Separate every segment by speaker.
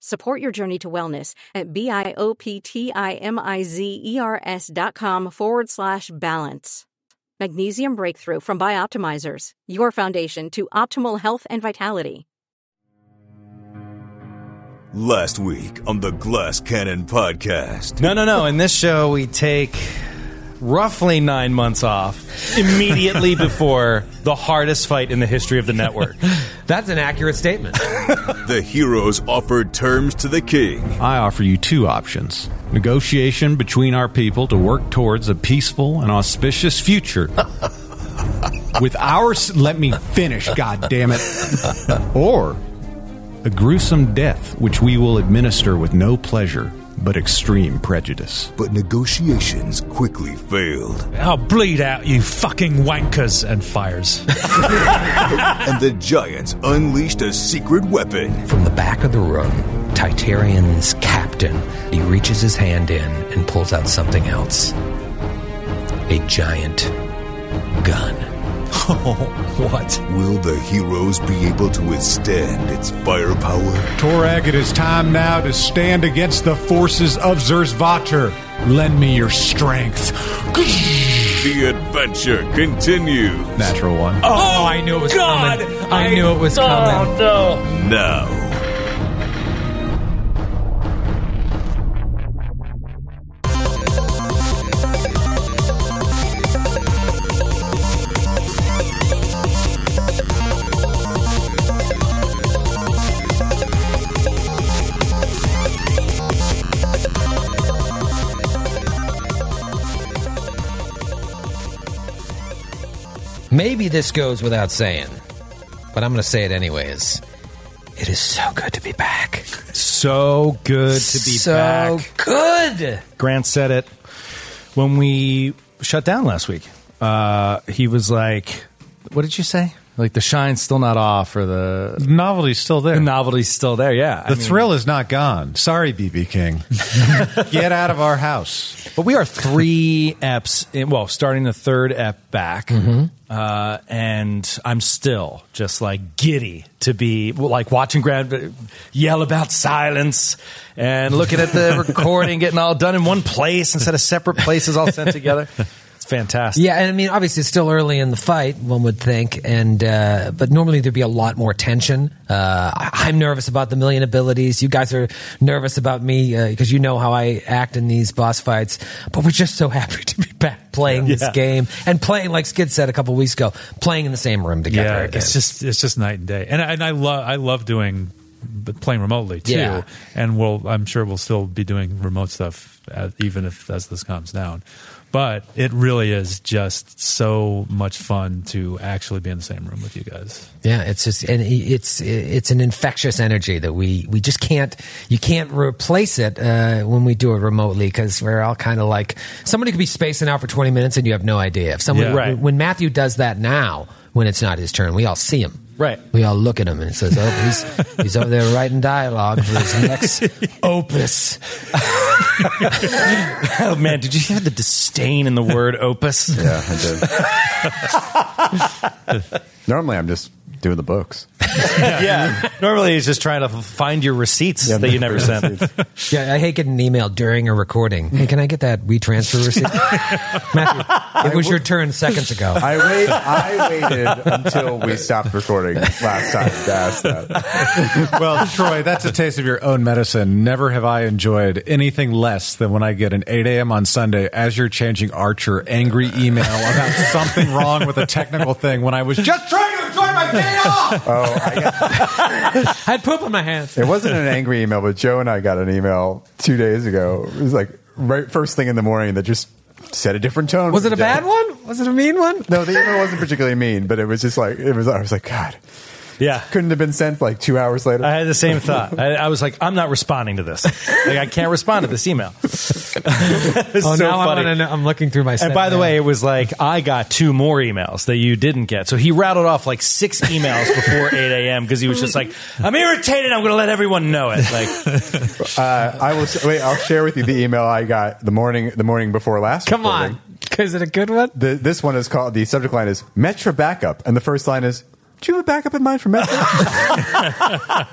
Speaker 1: Support your journey to wellness at B-I-O-P-T-I-M-I-Z-E-R-S E dot com forward slash balance. Magnesium Breakthrough from Bioptimizers, your foundation to optimal health and vitality.
Speaker 2: Last week on the Glass Cannon podcast.
Speaker 3: No, no, no. In this show, we take roughly nine months off immediately before the hardest fight in the history of the network.
Speaker 4: That's an accurate statement.
Speaker 2: The heroes offered terms to the king.
Speaker 5: I offer you two options negotiation between our people to work towards a peaceful and auspicious future. With our. s- Let me finish, God damn it. Or a gruesome death, which we will administer with no pleasure but extreme prejudice.
Speaker 2: But negotiations quickly failed,
Speaker 6: I'll bleed out, you fucking wankers, and fires.
Speaker 2: and the giants unleashed a secret weapon.
Speaker 4: From the back of the room, Titarian's captain, he reaches his hand in and pulls out something else. A giant gun.
Speaker 6: what?
Speaker 2: Will the heroes be able to withstand its firepower?
Speaker 5: Torag, it is time now to stand against the forces of Zerzvater. Lend me your strength.
Speaker 6: Oh,
Speaker 2: The adventure continues.
Speaker 5: Natural one.
Speaker 4: Oh, I knew it was God! coming. I, knew it was coming.
Speaker 2: Now.
Speaker 4: Maybe this goes without saying, but I'm going to say it anyways. It is so good to be back.
Speaker 3: So good to be
Speaker 4: so
Speaker 3: back.
Speaker 4: good.
Speaker 3: Grant said it when we shut down last week. Uh, he was like, "What did you say? Like the shine's still not off, or the,
Speaker 5: Novelty's still there.
Speaker 3: the novelty's still there." Yeah, I
Speaker 5: The
Speaker 3: mean-
Speaker 5: thrill is not gone. Sorry, BB King. Get out of our house.
Speaker 3: But we are three eps in, well, starting the third ep back, uh, and I'm still just like giddy to be well, like watching Grant yell about silence and looking at the recording, getting all done in one place instead of separate places all sent together. It's fantastic.
Speaker 4: Yeah, and I mean, obviously, it's still early in the fight, one would think, and uh, but normally there'd be a lot more tension. Uh, I- I'm nervous about the million abilities. You guys are nervous about me because you know how I act in these boss fights. But we're just so happy to be back playing this
Speaker 3: Yeah.
Speaker 4: game and playing, like Skid said a couple weeks ago, playing in the same room together
Speaker 6: Yeah,
Speaker 4: again.
Speaker 6: it's just it's just night and day, and I- and I love I love doing but playing remotely too,
Speaker 4: Yeah.
Speaker 6: and we'll I'm sure we'll still be doing remote stuff as, even if as this calms down. But it really is just so much fun to actually be in the same room with you guys.
Speaker 4: Yeah, it's just and it's it's an infectious energy that we we just can't you can't replace it uh, when we do it remotely because we're all kind of like somebody could be spacing out for twenty minutes and you have no idea. If someone
Speaker 6: Yeah. Right.
Speaker 4: when Matthew does that now when it's not his turn, we all see him.
Speaker 3: Right.
Speaker 4: We all look at him and it says, "Oh, he's he's over there writing dialogue for his next opus."
Speaker 3: Oh man, did you hear the disdain in the word opus?
Speaker 7: Yeah, I did. Normally, I'm just doing the books.
Speaker 3: yeah. Normally, it's just trying to find your receipts that you never sent.
Speaker 4: Yeah, I hate getting an email during a recording. Hey, can I get that WeTransfer receipt? Matthew, it was your turn seconds ago.
Speaker 7: I wait. I waited until we stopped recording last time to ask that.
Speaker 5: Well, Troy, that's a taste of your own medicine. Never have I enjoyed anything less than when I get an 8 a.m. on Sunday as you're changing Archer angry email about something wrong with a technical thing when I was just trying to
Speaker 8: going my day off.
Speaker 4: I had poop on my hands.
Speaker 7: Oh, It wasn't an angry email, but Joe and I got an email two days ago. It was like right first thing in the morning that just set a different tone.
Speaker 4: Was
Speaker 7: for
Speaker 4: it
Speaker 7: the
Speaker 4: a
Speaker 7: day.
Speaker 4: bad one? Was it a mean one?
Speaker 7: No, the email wasn't particularly mean, but it was just like it was. I was like, God,
Speaker 3: Yeah.
Speaker 7: couldn't have been sent like two hours later.
Speaker 3: I had the same thought. I, I was like, I'm not responding to this. Like, I can't respond to this email.
Speaker 4: Oh,
Speaker 3: so
Speaker 4: now I
Speaker 3: funny.
Speaker 4: wanna know- I'm looking through my.
Speaker 3: And
Speaker 4: sent
Speaker 3: by the
Speaker 4: mail.
Speaker 3: way, it was like I got two more emails that you didn't get. So he rattled off like six emails before 8 a.m. because he was just like, "I'm irritated. I'm going to let everyone know it." Like,
Speaker 7: Uh, I will s- wait. I'll share with you the email I got the morning the morning before last.
Speaker 4: come
Speaker 7: recording.
Speaker 4: on, is it a good one?
Speaker 7: The, this one is called the subject line is Metro Backup, and the first line is. Do you have a backup in mind for Metro?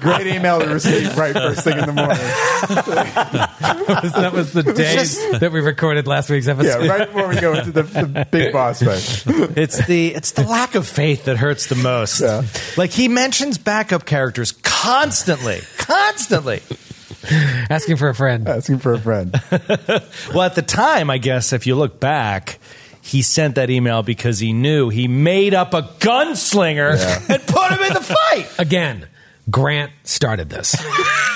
Speaker 7: Great email we received right first thing in the morning.
Speaker 4: That was, that was the day that we recorded last week's
Speaker 7: Yeah,
Speaker 4: episode.
Speaker 7: right before we go into the, the big boss fight.
Speaker 3: it's the it's the lack of faith that hurts the most.
Speaker 7: Yeah.
Speaker 3: Like he mentions backup characters constantly, constantly.
Speaker 4: Asking for a friend.
Speaker 7: Asking for a friend.
Speaker 3: Well, at the time, I guess if you look back, he sent that email because he knew he made up a gunslinger and put him in the fight.
Speaker 4: Again, Grant started this,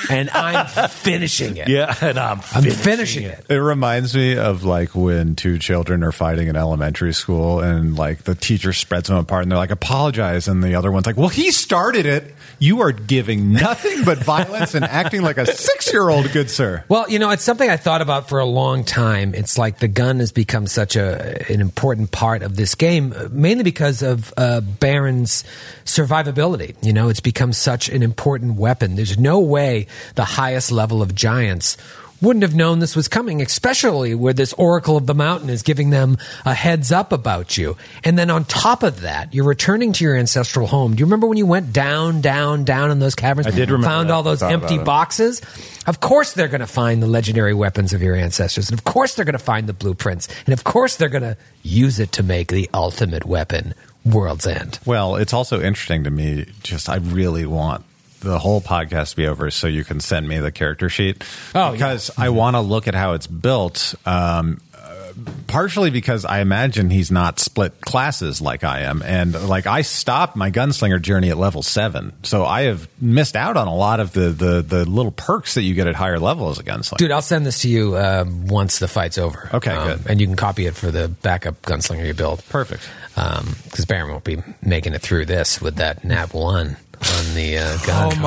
Speaker 4: and I'm finishing it.
Speaker 3: Yeah, and I'm
Speaker 4: I'm finishing it.
Speaker 5: It reminds me of like when two children are fighting in elementary school and like the teacher spreads them apart and they're like, apologize. And the other one's like, well, he started it. You are giving nothing but violence and acting like a six year old, good sir.
Speaker 4: Well, you know, it's something I thought about for a long time. It's like the gun has become such a an important part of this game, mainly because of uh, Baron's survivability. You know, it's become such an important weapon. There's no way the highest level of giants wouldn't have known this was coming, especially where this Oracle of the Mountain is giving them a heads up about you. And then on top of that, you're returning to your ancestral home. Do you remember when you went down, down, down in those caverns? I
Speaker 3: did remember
Speaker 4: Found
Speaker 3: that.
Speaker 4: all those
Speaker 7: Thought about
Speaker 4: empty
Speaker 7: it.
Speaker 4: boxes, of course they're going to find the legendary weapons of your ancestors. And of course they're going to find the blueprints. And of course they're going to use it to make the ultimate weapon, World's End.
Speaker 5: Well, it's also interesting to me. Just, I really want the whole podcast to be over so you can send me the character sheet.
Speaker 4: Oh, yeah.
Speaker 5: because I want to look at how it's built. Um, uh, partially because I imagine he's not split classes like I am, and like I stopped my gunslinger journey at level seven, so I have missed out on a lot of the the, the little perks that you get at higher levels as a gunslinger.
Speaker 4: Dude, I'll send this to you um, once the fight's over.
Speaker 5: Okay,
Speaker 4: Um,
Speaker 5: good.
Speaker 4: And you can copy it for the backup gunslinger you build.
Speaker 5: perfect.
Speaker 4: Because Baron won't be making it through this with that nap one on the uh, gun.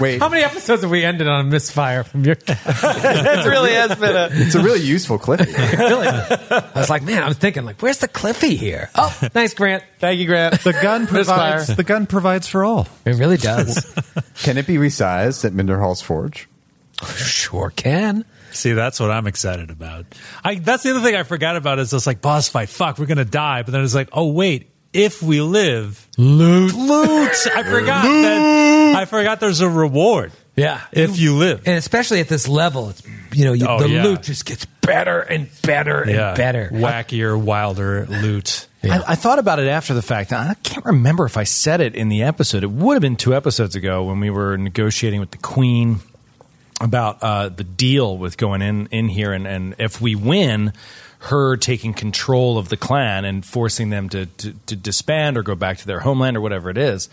Speaker 7: Wait,
Speaker 4: How many episodes have we ended on a misfire from your? it really has been a.
Speaker 7: it's a really useful clip.
Speaker 4: Really? I was like, man, I'm thinking, like, where's the Cliffy here? Oh, nice, Grant.
Speaker 3: Thank you, Grant.
Speaker 5: The gun provides.
Speaker 4: Misfire.
Speaker 5: The gun provides for all.
Speaker 4: It really does.
Speaker 7: Can it be resized at Minderhall's Forge?
Speaker 4: sure can.
Speaker 6: See, that's what I'm excited about. I that's the other thing I forgot about is this like boss fight. Fuck, we're gonna die. But then it's like, oh wait, if we live, loot, loot. I forgot that. I forgot there's a reward.
Speaker 4: Yeah.
Speaker 6: if you live.
Speaker 4: And especially at this level, it's, you know, you,
Speaker 6: Oh,
Speaker 4: the
Speaker 6: yeah.
Speaker 4: loot just gets better and better
Speaker 6: Yeah,
Speaker 4: and better.
Speaker 6: wackier, wilder loot.
Speaker 3: I, I thought about it after the fact. and I can't remember if I said it in the episode. It would have been two episodes ago when we were negotiating with the Queen about uh, the deal with going in, in here, and, and if we win, her taking control of the clan and forcing them to, to, to disband or go back to their homeland or whatever it is.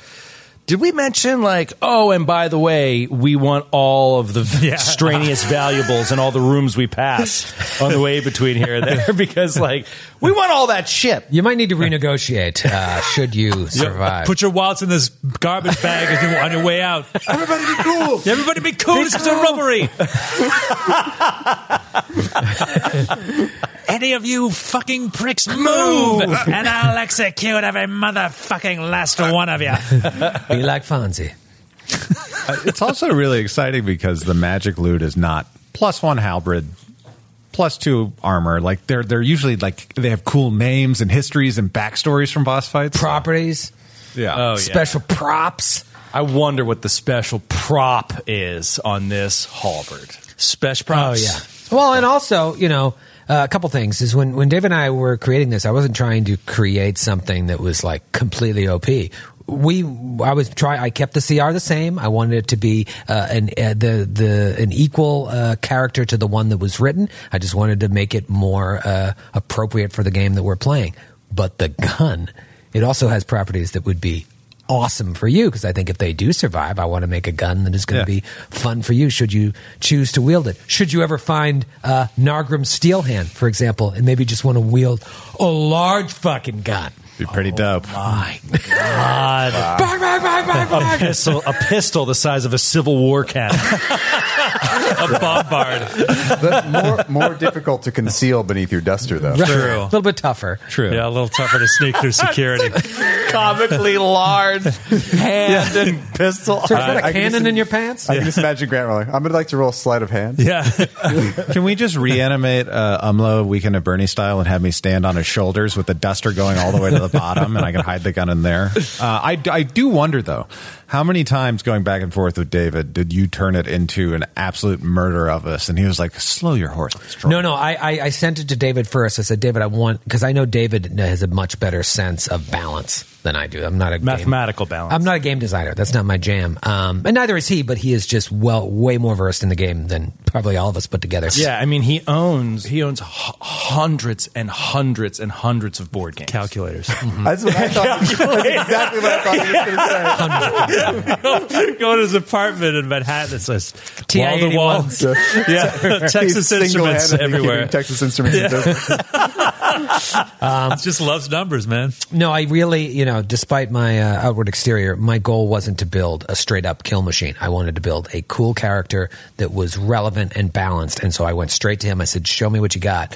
Speaker 3: Did we mention like, oh, and by the way, we want all of the extraneous valuables and all the rooms we pass on the way between here and there because like we want all that shit.
Speaker 4: You might need to renegotiate uh, should you survive.
Speaker 6: Put your wallets in this garbage bag as you, on your way out.
Speaker 7: Everybody be cool.
Speaker 6: Everybody be cool. this is a robbery. Any of you fucking pricks move, and I'll execute every motherfucking last one of you.
Speaker 4: Be like Fonzie.
Speaker 5: Uh, it's also really exciting because the magic loot is not plus one halberd plus two armor like they're they're usually like they have cool names and histories and backstories from boss fights
Speaker 4: Properties,
Speaker 5: yeah
Speaker 7: Oh,
Speaker 4: special props.
Speaker 3: I wonder what the special prop is on this halberd.
Speaker 6: Special
Speaker 9: Oh,
Speaker 6: props.
Speaker 4: yeah. Well, and also, you know, uh, a couple things is when when Dave and I were creating this, I wasn't trying to create something that was like completely OP. We, I was try. I kept the CR the same. I wanted it to be uh, an uh, the the an equal uh, character to the one that was written. I just wanted to make it more uh, appropriate for the game that we're playing. But the gun It also has properties that would be awesome for you because I think if they do survive, I want to make a gun that is going to
Speaker 10: Yeah.
Speaker 4: be fun for you should you choose to wield it. Should you ever find uh, Nargrim Steelhand, for example, and maybe just want to wield a large fucking gun.
Speaker 7: Be pretty
Speaker 10: Oh,
Speaker 7: dope.
Speaker 9: My God.
Speaker 4: Bang, bang, bang, bang,
Speaker 9: A
Speaker 4: bang.
Speaker 9: pistol, a pistol the size of a Civil War cannon.
Speaker 6: a bombard.
Speaker 7: That's more, more difficult to conceal beneath your duster, though.
Speaker 4: a little bit tougher.
Speaker 10: True.
Speaker 6: Yeah, a little tougher to sneak through security.
Speaker 11: Comically large hand and pistol.
Speaker 4: So, put
Speaker 7: I- I
Speaker 4: a
Speaker 7: can
Speaker 4: cannon
Speaker 7: just-
Speaker 4: in your pants?
Speaker 7: I can just imagine Grant Roller. I'm gonna like to roll sleight of hand.
Speaker 6: yeah,
Speaker 10: Can we just reanimate uh, Umlo Weekend at Bernie style and have me stand on his shoulders with the duster going all the way to the bottom and I can hide the gun in there? Uh, I, d- I do wonder, though, how many times going back and forth with David did you turn it into an absolute murder of us? And he was like, slow your horses. Troy."
Speaker 4: No, no. I, I, I sent it to David first. I said, David, I want because I know David has a much better sense of balance than I do. I'm not a game-
Speaker 9: Mathematical balance.
Speaker 4: I'm not a game designer. That's not my jam. Um, and neither is he. But he is just well, way more versed in the game than probably all of us put together.
Speaker 9: Yeah, I mean he owns he owns h- hundreds and hundreds and hundreds of board games.
Speaker 6: calculators.
Speaker 7: That's what I thought. That's exactly what I thought he was gonna say.
Speaker 6: Go to his apartment in Manhattan. It says wall to wall.
Speaker 4: TI-81.
Speaker 6: Yeah,
Speaker 7: He's
Speaker 6: Texas instruments
Speaker 7: single-handedly keeping
Speaker 6: everywhere.
Speaker 7: Texas Instruments in business.
Speaker 6: just loves numbers, man.
Speaker 4: No, I really, you know, despite my uh, outward exterior, my goal wasn't to build a straight up kill machine. I wanted to build a cool character that was relevant and balanced. And so I went straight to him. I said, "Show me what you got."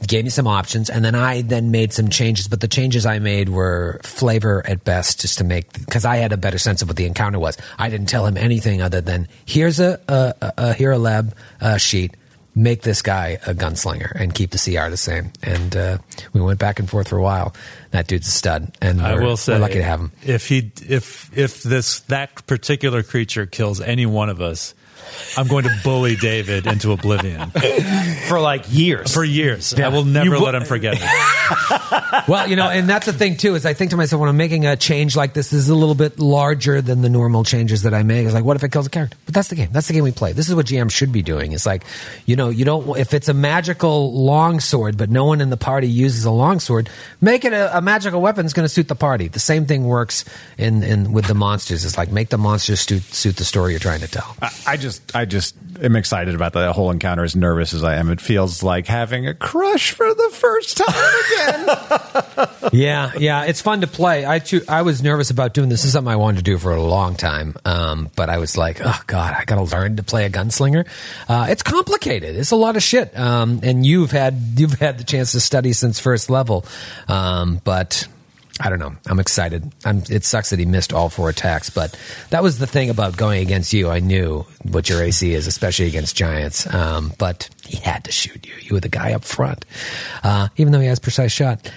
Speaker 4: He Gave me some options, and then I then made some changes. But the changes I made were flavor at best, just to make because I had a better sense of what the encounter was. I didn't tell him anything other than here's a, a, a, a hero lab uh, sheet make this guy a gunslinger and keep the CR the same. And uh, we went back and forth for a while. That dude's a stud, and we're,
Speaker 6: I will say,
Speaker 4: we're lucky to have him.
Speaker 6: If he, if if this that particular creature kills any one of us, I'm going to bully David into oblivion
Speaker 9: for like years.
Speaker 6: for years. I will never
Speaker 9: You-
Speaker 6: let him forget it.
Speaker 4: Well, you know, and that's the thing too is I think to myself when I'm making a change like this, this is a little bit larger than the normal changes that I make. It's like, what if it kills a character? But that's the game. That's the game we play. This is what GM should be doing. It's like, you know, you don't if it's a magical longsword, but no one in the party uses a longsword, make it a, a magical weapon that's going to suit the party. The same thing works in, in with the monsters. It's like make the monsters suit suit the story you're trying to tell.
Speaker 10: I- I just, I just am excited about the whole encounter. As nervous as I am, it feels like having a crush for the first time again.
Speaker 4: yeah, yeah, it's fun to play. I choo- I was nervous about doing this. This is something I wanted to do for a long time, um, but I was like, oh god, I got to learn to play a gunslinger. Uh, it's complicated. It's a lot of shit. Um, and you've had you've had the chance to study since first level, um, but. I don't know. I'm excited. I'm, it sucks that he missed all four attacks, but that was the thing about going against you. I knew what your AC is, especially against giants. Um, but he had to shoot you. You were the guy up front, uh, even though he has precise shot.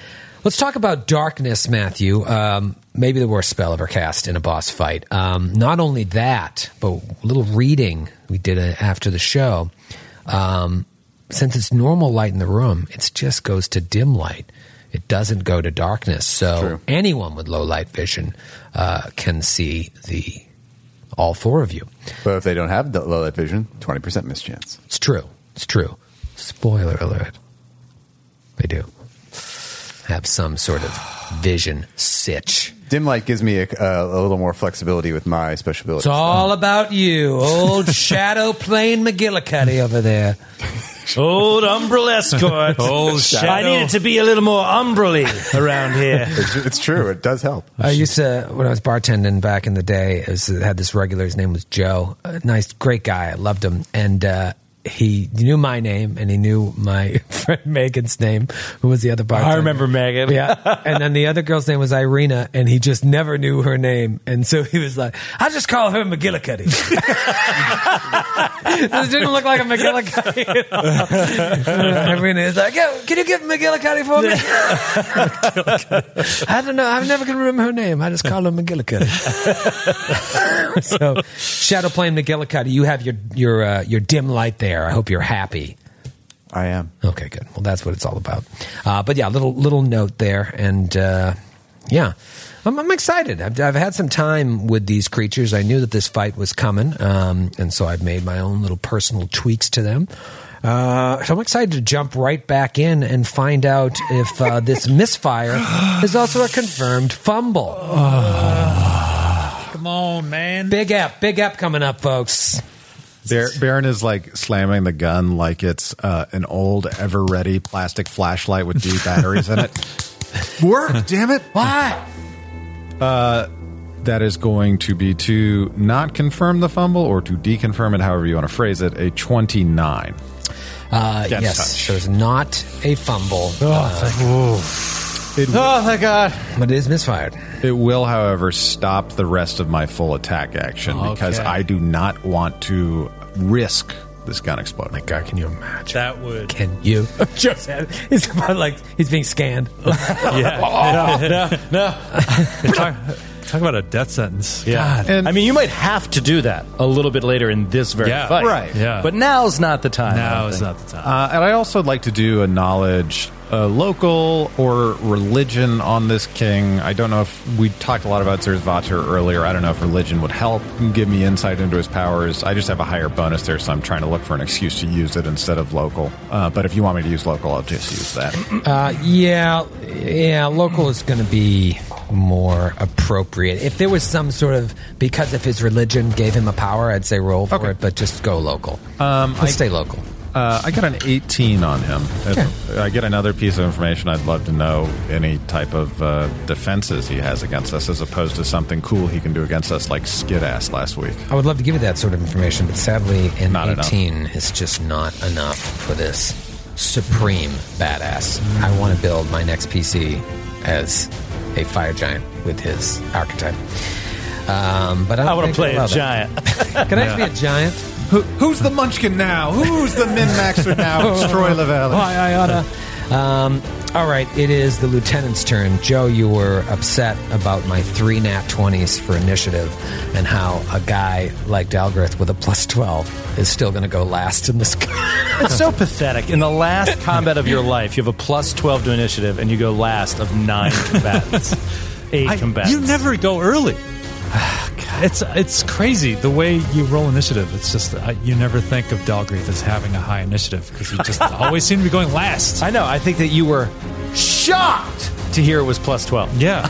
Speaker 4: Let's talk about darkness, Matthew. Um, maybe the worst spell ever cast in a boss fight. Um, not only that, but a little reading we did uh, after the show. Um, since it's normal light in the room, it just goes to dim light. It doesn't go to darkness. So anyone with low light vision uh, can see the all four of you.
Speaker 7: But if they don't have the low light vision, twenty percent mischance.
Speaker 4: It's true. It's true. Spoiler alert. They do have some sort of vision sitch.
Speaker 7: Dim light gives me a, a, a little more flexibility with my special abilities.
Speaker 4: It's all about you, old shadow plane McGillicuddy over there.
Speaker 9: Old Umbrel escort. Old I
Speaker 6: shadow.
Speaker 9: need it to be a little more umbrally around here.
Speaker 7: it's, it's true. It does help.
Speaker 4: I used to when I was bartending back in the day. I was, had this regular. His name was Joe. A nice, great guy. I loved him, and uh, he knew my name, and he knew my friend Megan's name, who was the other bartender.
Speaker 9: I remember Megan.
Speaker 4: Yeah, and then the other girl's name was Irina, and he just never knew her name, and so he was like, "I just call her McGillicuddy." this didn't look like a McGillicuddy. At all. Irina is like, "Yo, can you get McGillicuddy for me?" I don't know. I never can remember her name. I just call her McGillicuddy. so, Shadow Plane McGillicuddy, you have your your uh, your dim light there. I hope you're happy.
Speaker 7: I am.
Speaker 4: Okay, good. Well, that's what it's all about. Uh, but yeah, little little note there, and uh, yeah, I'm, I'm excited. I've, I've had some time with these creatures. I knew that this fight was coming, um, and so I've made my own little personal tweaks to them. Uh, so I'm excited to jump right back in and find out if uh, this misfire is also a confirmed fumble.
Speaker 6: Come on, man.
Speaker 4: Big app, big app coming up, folks.
Speaker 5: Bar- Baron is like slamming the gun like it's uh, an old, ever ready plastic flashlight with D batteries in it. Work, damn it!
Speaker 4: What?
Speaker 5: That is going to be to not confirm the fumble or to deconfirm it, however you want to phrase it, a 29.
Speaker 4: Uh, yes,
Speaker 5: touch.
Speaker 4: there's not a fumble, Uh,
Speaker 5: It,
Speaker 11: Oh, thank God.
Speaker 4: but it is misfired.
Speaker 5: it will, however, stop the rest of my full attack action because
Speaker 6: Okay.
Speaker 5: I do not want to risk this gun exploding.
Speaker 4: God, can you imagine?
Speaker 6: That would.
Speaker 4: Can you? Just had- he's about like he's being scanned.
Speaker 6: Yeah. no, no. talk, talk about a death sentence.
Speaker 9: Yeah.
Speaker 6: God.
Speaker 5: And-
Speaker 3: I mean, you might have to do that a little bit later in this very
Speaker 6: Yeah,
Speaker 3: fight.
Speaker 5: right.
Speaker 6: Yeah.
Speaker 3: But now's not the time. I
Speaker 6: Now
Speaker 3: don't
Speaker 6: is
Speaker 3: think.
Speaker 6: Oh. not the time.
Speaker 5: Uh, and I'd also like to do a knowledge, uh, local or religion on this king. I don't know if we talked a lot about Zerzvater earlier. I don't know if religion would help give me insight into his powers. I just have a higher bonus there, so I'm trying to look for an excuse to use it instead of local. Uh, but if you want me to use local, I'll just use that.
Speaker 4: Uh, yeah, yeah. Local is going to be more appropriate. If there was some sort of because of his religion gave him a power, I'd say roll for
Speaker 5: Okay.
Speaker 4: it. But just go local. Um, Let's stay local.
Speaker 5: Uh, I got an 18 on him. If I get another piece of information. I'd love to know any type of uh, defenses he has against us, as opposed to something cool he can do against us, like Skid Ass last week.
Speaker 4: I would love to give you that sort of information, but sadly, an
Speaker 5: Not enough.
Speaker 4: 18 is just not enough for this supreme badass. I want to build my next PC as a fire giant with his archetype. Um, but I,
Speaker 3: I want to
Speaker 4: think I'll
Speaker 3: play
Speaker 4: allow
Speaker 3: a
Speaker 4: that.
Speaker 3: giant.
Speaker 4: Can I just be a giant?
Speaker 5: Who, who's the munchkin now? Who's the min maxer now? It's Troy Lavelle.
Speaker 4: Why I oughta. Um, all right, it is the lieutenant's turn. Joe, you were upset about my three nat 20s for initiative and how a guy like Dalgrith with a plus 12 is still going to go last in this.
Speaker 3: It's so pathetic. In the last combat of your life, you have a plus 12 to initiative, and you go last of nine combatants. Eight combatants.
Speaker 6: You never go early. It's it's crazy the way you roll initiative. It's just uh, you never think of Dalgrith as having a high initiative because you just always seem to be going last.
Speaker 3: I know. I think that you were shocked to hear it was plus 12.
Speaker 6: yeah,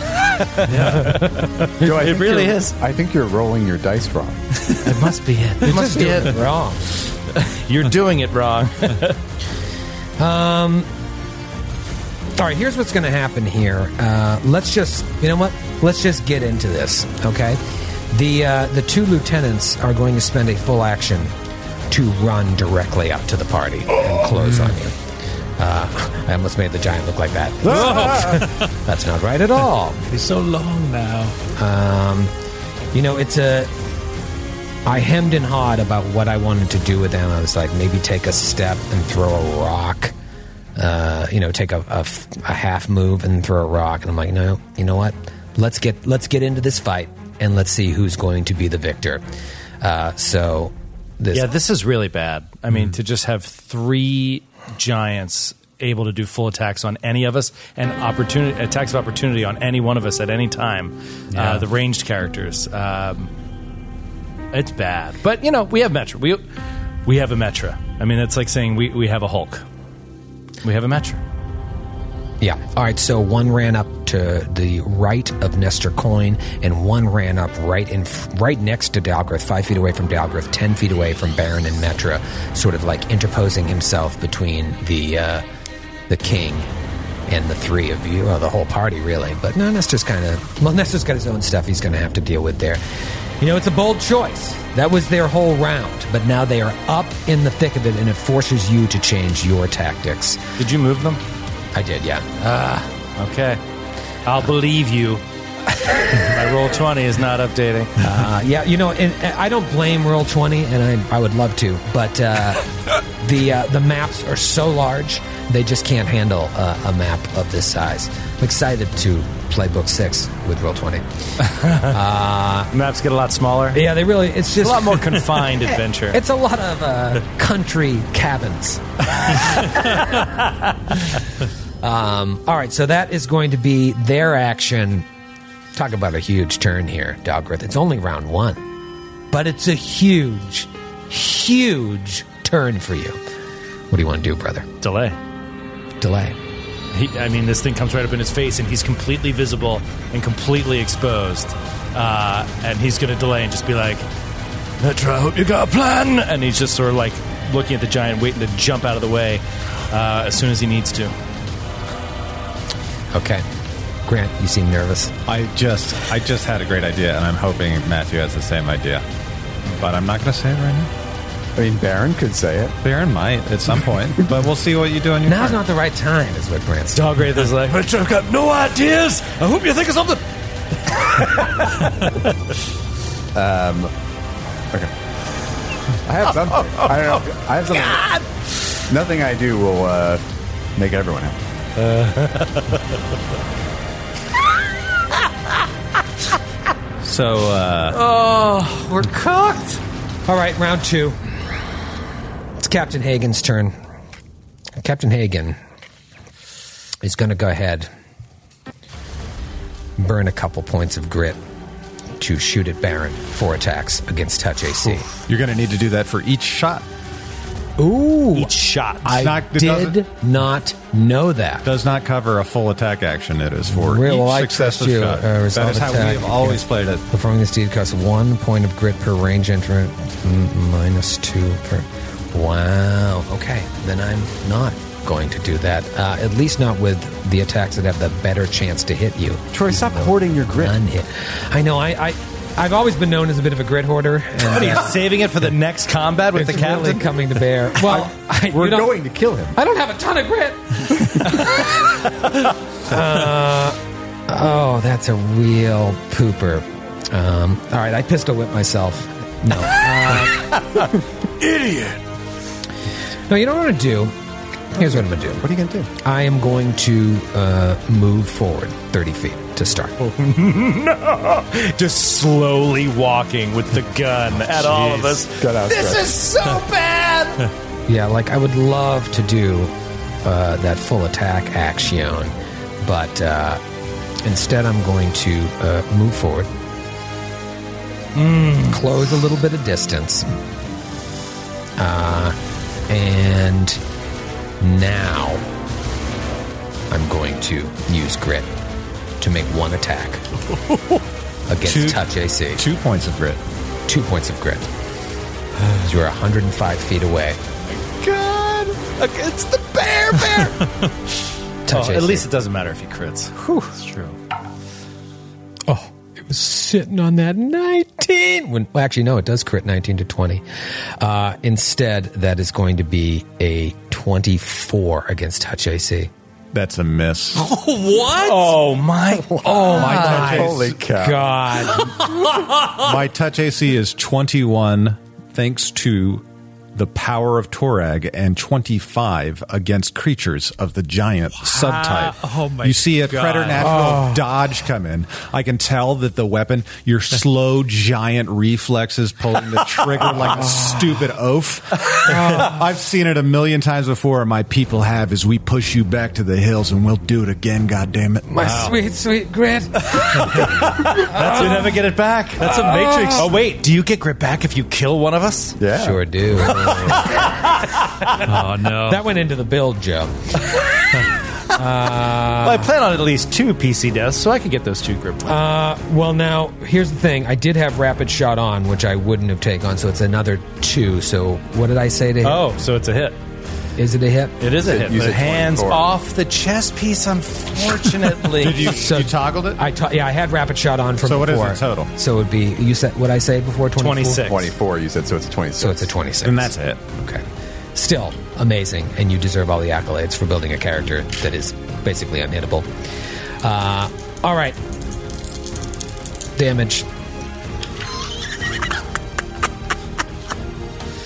Speaker 7: Joe, I
Speaker 3: It
Speaker 7: think
Speaker 3: really
Speaker 7: you're-
Speaker 3: is.
Speaker 7: I think you're rolling your dice wrong.
Speaker 4: It must be it. It
Speaker 3: must be it.
Speaker 4: Wrong.
Speaker 3: You're doing it wrong.
Speaker 4: All right, here's what's going to happen here. Uh, let's just, you know what? Let's just get into this, okay? The uh, the two lieutenants are going to spend a full action to run directly up to the party and close on you. Uh, I almost made the giant look like that. That's not right at all.
Speaker 6: it's so long now.
Speaker 4: You know, it's a. I hemmed and hawed about what I wanted to do with them. I was like, maybe take a step and throw a rock. Uh, you know, take a, a f- a half move and throw a rock. And I'm like, no, you know what? Let's get let's get into this fight and let's see who's going to be the victor. Uh, so this
Speaker 3: Yeah, this is really bad. I mean, to just have three giants able to do full attacks on any of us and opportunity attacks of opportunity on any one of us at any time. Uh, the ranged characters, um, it's bad. But you know, we have Metra. We we have a Metra. I mean, it's like saying we we have a Hulk. We have a Metra.
Speaker 4: Yeah. All right. So one ran up to the right of Nestor Coin, and one ran up right in, right next to Dalgrith, five feet away from Dalgrith, ten feet away from Baron and Metra, sort of like interposing himself between the uh, the king and the three of you, or the whole party, really. But no, Nestor's kind of well. Nestor's got his own stuff he's going to have to deal with there. You know, it's a bold choice. That was their whole round, but now they are up in the thick of it, and it forces you to change your tactics.
Speaker 3: Did you move them?
Speaker 4: I did, yeah.
Speaker 3: Okay, I'll believe you. My roll twenty is not updating.
Speaker 4: Uh, yeah, you know, and and I don't blame Roll Twenty, and I, I would love to, but uh, the uh, the maps are so large they just can't handle uh, a map of this size. I'm excited to play Book Six with Roll Twenty.
Speaker 3: Maps get a lot smaller.
Speaker 4: Yeah, they really. It's
Speaker 3: It's
Speaker 4: just
Speaker 3: a lot more confined adventure.
Speaker 4: Eh, It's a lot of uh, country cabins. um, all right, so that is going to be their action. Talk about a huge turn here, Dogrith. It's only round one, but it's a huge, huge turn for you. What do you want to do, brother?
Speaker 3: Delay.
Speaker 4: Delay.
Speaker 3: He, I mean, this thing comes right up in his face, and he's completely visible and completely exposed. Uh, and he's going to delay and just be like, Metra, I hope you got a plan. And he's just sort of like looking at the giant, waiting to jump out of the way uh, as soon as he needs to.
Speaker 4: Okay. Grant, you seem nervous.
Speaker 5: I just, I just had a great idea, and I'm hoping Matthew has the same idea, but I'm not going to say it right now.
Speaker 7: I mean, Baron could say it.
Speaker 5: Baron might at some point, but we'll see what you do on your.
Speaker 4: Now's
Speaker 5: part.
Speaker 4: not the right time, is what Grant's
Speaker 3: Dog Wraith is like, Metra, I've got no ideas. I hope you think of something.
Speaker 7: I have something. I don't know. I have something. Nothing I do will uh, make everyone happy.
Speaker 5: So uh,
Speaker 4: We're cooked. All right, round two. It's Captain Hagen's turn. Captain Hagen is going to go ahead, burn a couple points of grit to shoot at Baron. Four attacks against touch AC.
Speaker 5: you're going to need to do that for each shot.
Speaker 4: Ooh,
Speaker 3: Each shot.
Speaker 4: I
Speaker 5: not- it doesn't-
Speaker 4: did not know that.
Speaker 5: Does not cover a full attack action. It is for
Speaker 4: Really,
Speaker 5: each
Speaker 4: well, I
Speaker 5: successive
Speaker 4: trust you,
Speaker 5: shot.
Speaker 4: uh, resolve
Speaker 5: that is how we
Speaker 4: attack.
Speaker 5: have always played it.
Speaker 4: Performing this deed costs one point of grit per range entrant, m- minus two per. Wow. Okay, then I'm not going to do that. Uh, at least not with the attacks that have the better chance to hit you.
Speaker 7: Troy, stop
Speaker 4: Even though
Speaker 7: hoarding your grit.
Speaker 4: none hit. I know. I, I I've always been known as a bit of a grit hoarder. and,
Speaker 3: What are you
Speaker 4: uh,
Speaker 3: saving it for the next combat with
Speaker 4: it's
Speaker 3: the captain?
Speaker 4: really coming to bear. Well, I,
Speaker 7: We're
Speaker 4: you don't-
Speaker 7: going to kill him.
Speaker 4: I don't have a ton of grit. uh, oh, that's a real pooper. Um, all right, I pistol whip myself. No. Idiot. No, you know what I'm going to do? Here's what I'm going to do.
Speaker 7: What are you going to do?
Speaker 4: I am going to uh, move forward 30 feet to start.
Speaker 3: just slowly walking with the gun at all of us.
Speaker 7: Got out. This is
Speaker 4: Yeah, like I would love to do uh, that full attack action, but uh, instead I'm going to uh, move forward,
Speaker 5: Mm.
Speaker 4: close a little bit of distance, uh, and now I'm going to use grit to make one attack against
Speaker 5: Two-
Speaker 4: touch AC.
Speaker 5: Two points of grit.
Speaker 4: Two points of grit. You are 105 feet away.
Speaker 5: God, against the bear, bear.
Speaker 4: Touch
Speaker 3: Well, at
Speaker 4: AC.
Speaker 3: least it doesn't matter if he crits. It's true.
Speaker 4: Oh, it was sitting on that 19. When, well, actually, no, it does crit 19 to 20. Uh, instead, that is going to be a 24 against Touch AC.
Speaker 5: That's a miss.
Speaker 4: What?
Speaker 3: Oh my! Oh my
Speaker 7: my Holy cow.
Speaker 4: God.
Speaker 5: My touch AC is 21, thanks to the power of Torag, and 25 against creatures of the giant subtype.
Speaker 6: Oh my
Speaker 5: you see a
Speaker 6: God. Oh.
Speaker 5: preternatural dodge come in. I can tell that the weapon, your slow giant reflexes pulling the trigger like a stupid oaf.
Speaker 6: Oh.
Speaker 5: I've seen it a million times before. My people have is we push you back to the hills and we'll do it again, goddammit.
Speaker 4: My sweet, sweet grit.
Speaker 3: That's you never get it back. That's a matrix. Oh wait, do you get grit back if you kill one of us?
Speaker 7: Yeah.
Speaker 4: Sure do. that
Speaker 6: Oh no!
Speaker 4: went into the build, Joe.
Speaker 3: well, I plan on at least two PC deaths, so I could get those two grit points.
Speaker 4: Well, now, here's the thing. I did have Rapid Shot on, which I wouldn't have taken on, so it's another two. So what did I say to him?
Speaker 3: oh, so it's a hit.
Speaker 4: Is it a hit?
Speaker 3: It is a hit.
Speaker 7: use
Speaker 3: But
Speaker 7: it
Speaker 3: hands
Speaker 7: 24.
Speaker 3: off the chess piece, unfortunately. Did you?
Speaker 4: So
Speaker 5: you toggled it?
Speaker 4: I ta- yeah, I had rapid shot on from
Speaker 5: So what is
Speaker 4: before.
Speaker 5: the total?
Speaker 4: So it would be you said what I said before 24?
Speaker 3: 26.
Speaker 7: 24, you said, so it's a 26.
Speaker 4: So it's a 26.
Speaker 5: And that's it.
Speaker 4: okay. Still amazing and you deserve all the accolades for building a character that is basically unhittable. Uh, all right. Damage.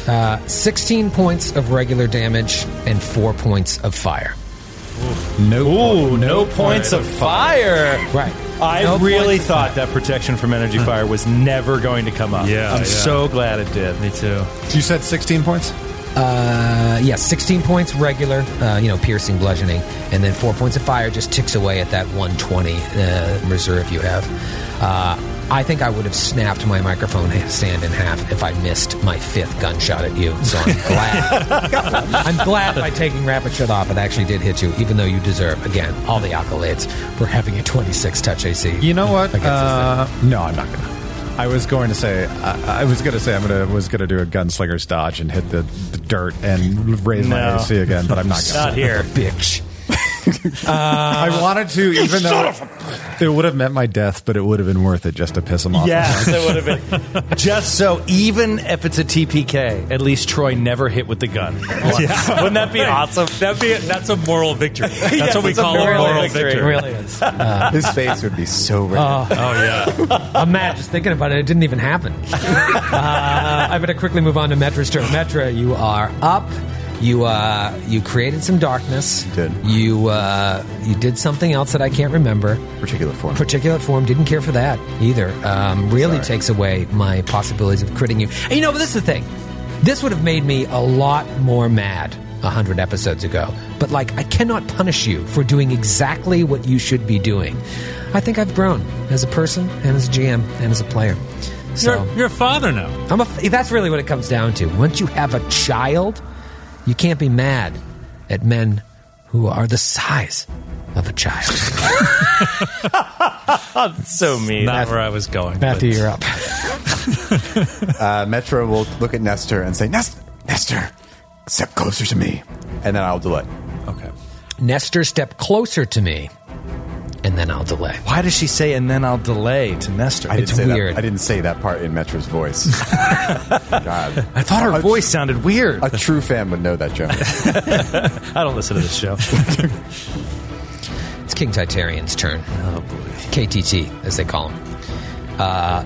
Speaker 4: Uh, 16 points of regular damage and 4 points of fire.
Speaker 5: No,
Speaker 3: Ooh, no points of fire.
Speaker 4: Right.
Speaker 3: I
Speaker 4: No
Speaker 3: really
Speaker 4: points of
Speaker 3: thought that protection from energy fire was never going to come up.
Speaker 6: Yeah,
Speaker 3: I'm
Speaker 6: yeah.
Speaker 3: so glad it did.
Speaker 6: Me too.
Speaker 5: You said 16 points?
Speaker 4: Uh, yeah, 16 points regular, uh, you know, piercing, bludgeoning, and then four points of fire just ticks away at that 120 uh, reserve you have. Uh, I think I would have snapped my microphone stand in half if I missed my fifth gunshot at you. So I'm glad. I'm glad by taking rapid shot off, it actually did hit you, even though you deserve, again, all the accolades for having a 26 touch AC.
Speaker 5: You know what?
Speaker 4: against this thing.
Speaker 5: Uh, no, I'm not gonna. I was going to say I, I was going to say I'm gonna was gonna do a gunslinger's dodge and hit the, the dirt and raise my
Speaker 3: No.
Speaker 5: AC again, but I'm not gonna.
Speaker 3: Not here.
Speaker 4: bitch.
Speaker 5: I wanted to, even though it would have meant my death, but it would have been worth it just to piss him off.
Speaker 3: Yes, it would have been. Just so, even if it's a TPK, at least Troy never hit with the gun. Wouldn't that be awesome?
Speaker 6: That'd be that's a moral victory. That's
Speaker 3: Yes,
Speaker 6: what we
Speaker 3: it's a
Speaker 6: call a
Speaker 3: moral
Speaker 6: moral
Speaker 3: victory.
Speaker 6: victory.
Speaker 4: It really is.
Speaker 7: His face would be so red.
Speaker 4: Oh. I'm mad just thinking about it. It didn't even happen. uh, I better quickly move on to Metra's turn. Metra, you are up. You uh, you created some darkness.
Speaker 7: did.
Speaker 4: You uh, you did something else that I can't remember.
Speaker 7: particular form.
Speaker 4: Particulate form didn't care for that either. Um, really takes away my possibilities of critting you. And you know, but this is the thing. This would have made me a lot more mad a hundred episodes ago. But like, I cannot punish you for doing exactly what you should be doing. I think I've grown as a person and as a GM and as a player. So
Speaker 6: You're, you're a father now.
Speaker 4: I'm a, that's really what it comes down to. Once you have a child, you can't be mad at men who are the size of a child.
Speaker 3: So mean.
Speaker 6: Not where I was going.
Speaker 4: Matthew, you're up.
Speaker 7: Uh, Metro will look at Nestor and say, Nest- Nestor, step closer to me. And then I'll do it.
Speaker 6: Okay.
Speaker 4: Nestor, step closer to me, and then I'll delay.
Speaker 3: Why does she say, and then I'll delay to Nestor?
Speaker 7: I didn't
Speaker 4: It's
Speaker 7: say
Speaker 4: weird.
Speaker 7: That, I didn't say that part in Metro's voice. God.
Speaker 3: I thought her voice sounded weird.
Speaker 7: A true fan would know that joke.
Speaker 3: I don't listen to this show.
Speaker 4: It's King Titarian's turn. Oh boy, KTT as they call him. Uh,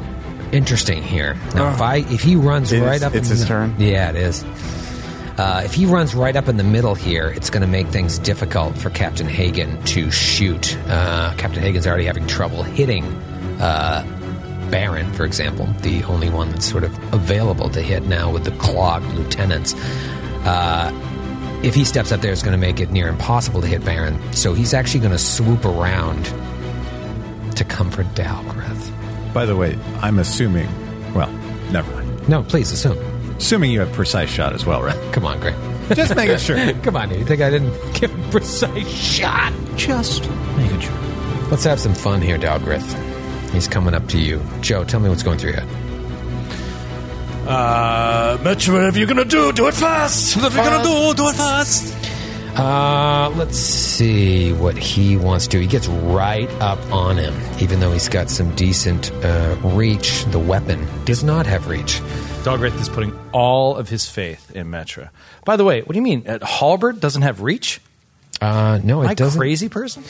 Speaker 4: interesting here. Now, if I if he runs
Speaker 7: Oh. It is-
Speaker 4: right up,
Speaker 7: it's
Speaker 4: in
Speaker 7: his
Speaker 4: the-
Speaker 7: turn?
Speaker 4: Yeah, it is. Uh, if he runs right up in the middle here, it's going to make things difficult for Captain Hagen to shoot. Uh, Captain Hagen's already having trouble hitting uh, Baron, for example, the only one that's sort of available to hit now with the clogged lieutenants. Uh, if he steps up there, it's going to make it near impossible to hit Baron. So he's actually going to swoop around to comfort Dalgrith.
Speaker 5: By the way, I'm assuming. Well, never mind.
Speaker 4: No, please assume.
Speaker 5: Assuming you have precise shot as well, right?
Speaker 4: Come on, Greg.
Speaker 5: Just making sure.
Speaker 4: Come on, you think I didn't give a precise shot?
Speaker 5: Just making sure.
Speaker 4: Let's have some fun here, Dalgrith. He's coming up to you. Joe, tell me what's going through your head.
Speaker 3: Uh, Metro, whatever you're gonna do, do it fast. Whatever you're gonna do, do it fast.
Speaker 4: Uh, let's see what he wants to do. He gets right up on him, even though he's got some decent uh, reach. The weapon does not have reach.
Speaker 3: Dogrith is putting all of his faith in Metra. By the way, what do you mean? Uh, Halbert doesn't have reach?
Speaker 4: Uh, no,
Speaker 3: Am
Speaker 4: it
Speaker 3: I
Speaker 4: doesn't.
Speaker 3: crazy person?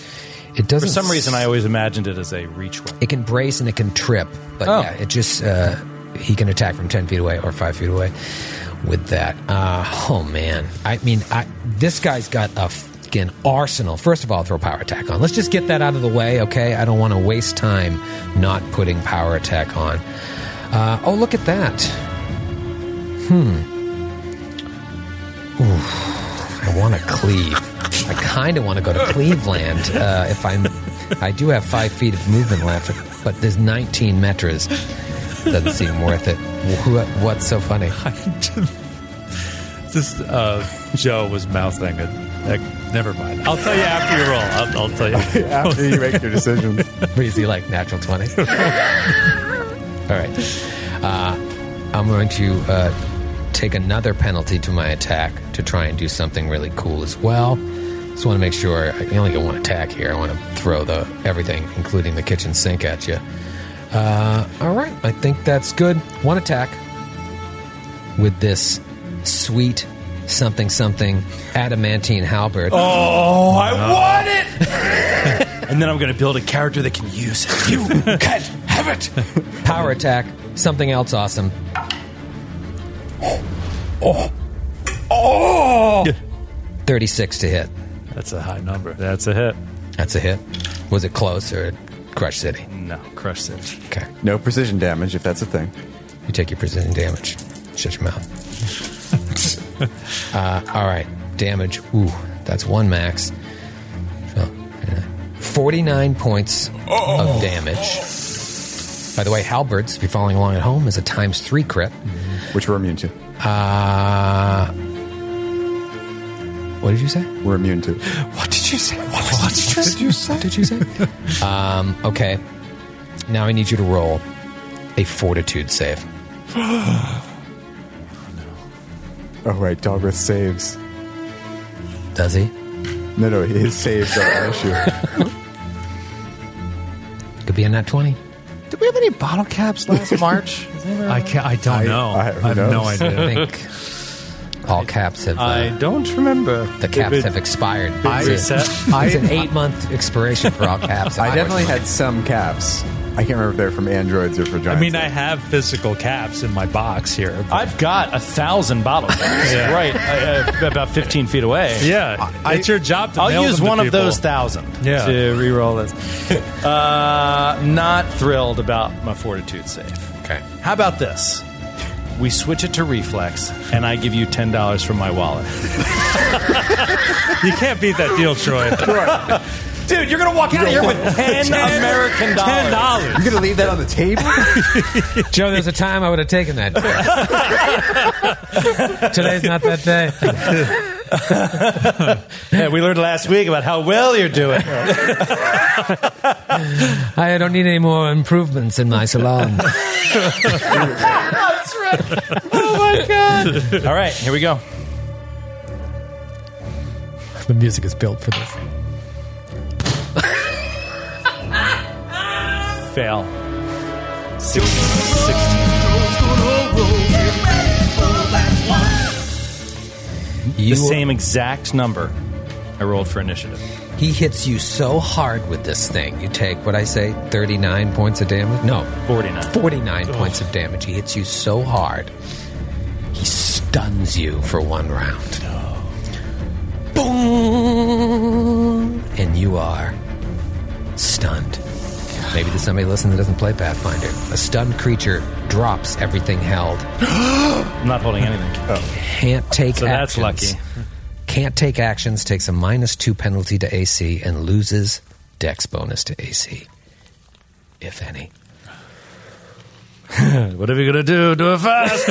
Speaker 4: It doesn't.
Speaker 3: For some reason, I always imagined it as a reach weapon.
Speaker 4: It can brace and it can trip, but
Speaker 3: Oh.
Speaker 4: yeah, it just uh, he can attack from ten feet away or five feet away with that. Uh, oh man, I mean, I, this guy's got a fucking arsenal. First of all, throw power attack on. Let's just get that out of the way, okay? I don't want to waste time not putting power attack on. Uh, oh, look at that. Hmm. Oof. I want to cleave. I kind of want to go to Cleveland uh, if I'm. I do have five feet of movement left, but there's 19 metras. Doesn't seem worth it. What, what's so funny?
Speaker 6: This uh, Joe was mouthing it. Like, never mind. I'll tell you after you roll. I'll, I'll tell you.
Speaker 7: After you make your decision.
Speaker 4: Breezy like natural 20. All right. Uh, I'm going to uh, take another penalty to my attack to try and do something really cool as well. Just want to make sure I only get one attack here. I want to throw the everything, including the kitchen sink, at you. Uh, all right, I think that's good. One attack with this sweet something something adamantine halberd.
Speaker 3: Oh, I want it! and then I'm going to build a character that can use it. You can't have it!
Speaker 4: Power attack, something else awesome.
Speaker 3: Oh!
Speaker 4: 36 to hit.
Speaker 6: That's a high number. That's a hit.
Speaker 4: That's a hit. Was it close or Crush City?
Speaker 3: No, crush it.
Speaker 4: Okay.
Speaker 7: No precision damage, if that's a thing.
Speaker 4: You take your precision damage. Shut your mouth. uh, all right. Damage. Ooh, that's one max. Oh, yeah. 49 points of damage. By the way, Halberds, if you're following along at home, is a times three crit.
Speaker 7: Which we're immune to.
Speaker 4: Uh, what did you say?
Speaker 7: We're immune to.
Speaker 4: What did you say? What, did, you say? What did you say? um, okay. Now I need you to roll a fortitude save.
Speaker 7: Oh, right. Dalgrith saves.
Speaker 4: Does he?
Speaker 7: No, no, his saves are our issue.
Speaker 4: Could be a nat 20.
Speaker 11: Did we have any bottle caps last March?
Speaker 6: I can't. I don't know.
Speaker 7: I-
Speaker 6: I,
Speaker 7: who
Speaker 6: have no
Speaker 7: knows?
Speaker 6: idea.
Speaker 4: I think all caps have, uh,
Speaker 3: don't remember.
Speaker 4: the caps have expired. It's, a-
Speaker 6: Reset.
Speaker 4: it's an eight month expiration for all caps.
Speaker 7: I definitely had some caps. I can't remember if they're from androids or for
Speaker 6: I
Speaker 7: giants.
Speaker 6: mean, I have physical caps in my box here. but-
Speaker 3: I've got a thousand bottles
Speaker 6: Yeah.
Speaker 3: right I, uh, about 15 feet away.
Speaker 6: yeah,
Speaker 3: I-
Speaker 6: it's your job to. mail
Speaker 3: I'll use
Speaker 6: them to
Speaker 3: one of
Speaker 6: people.
Speaker 3: those thousand
Speaker 6: Yeah.
Speaker 3: to reroll this. uh, not thrilled about my fortitude save.
Speaker 4: Okay.
Speaker 3: How about this? We switch it to reflex, and I give you ten dollars from my wallet.
Speaker 6: You can't beat that deal, Troy.
Speaker 3: Dude, you're gonna walk out of here with ten American dollars.
Speaker 6: Ten dollars.
Speaker 7: You're going to leave that on the table?
Speaker 4: Joe, there's a time I would have taken that. Today's not that day.
Speaker 3: Yeah, we learned last week about how well you're doing.
Speaker 4: I don't need any more improvements in my salon.
Speaker 3: All right, here we go.
Speaker 4: the music is built for this.
Speaker 3: Fail. The
Speaker 4: You
Speaker 3: same exact number I rolled for initiative.
Speaker 4: He hits you so hard with this thing. You take what I say, 39 points of damage? No,
Speaker 3: 49.
Speaker 4: 49 points of damage. He hits you so hard. He stuns you for one round. Boom! And you are stunned. Maybe there's somebody listening that doesn't play Pathfinder. A stunned creature drops everything held
Speaker 3: I'm not holding anything.
Speaker 6: Oh.
Speaker 4: can't take
Speaker 3: So that's
Speaker 4: actions.
Speaker 3: lucky.
Speaker 4: Can't take actions, takes a minus two penalty to AC, and loses dex bonus to AC, if any.
Speaker 3: What are we gonna do? Do it fast.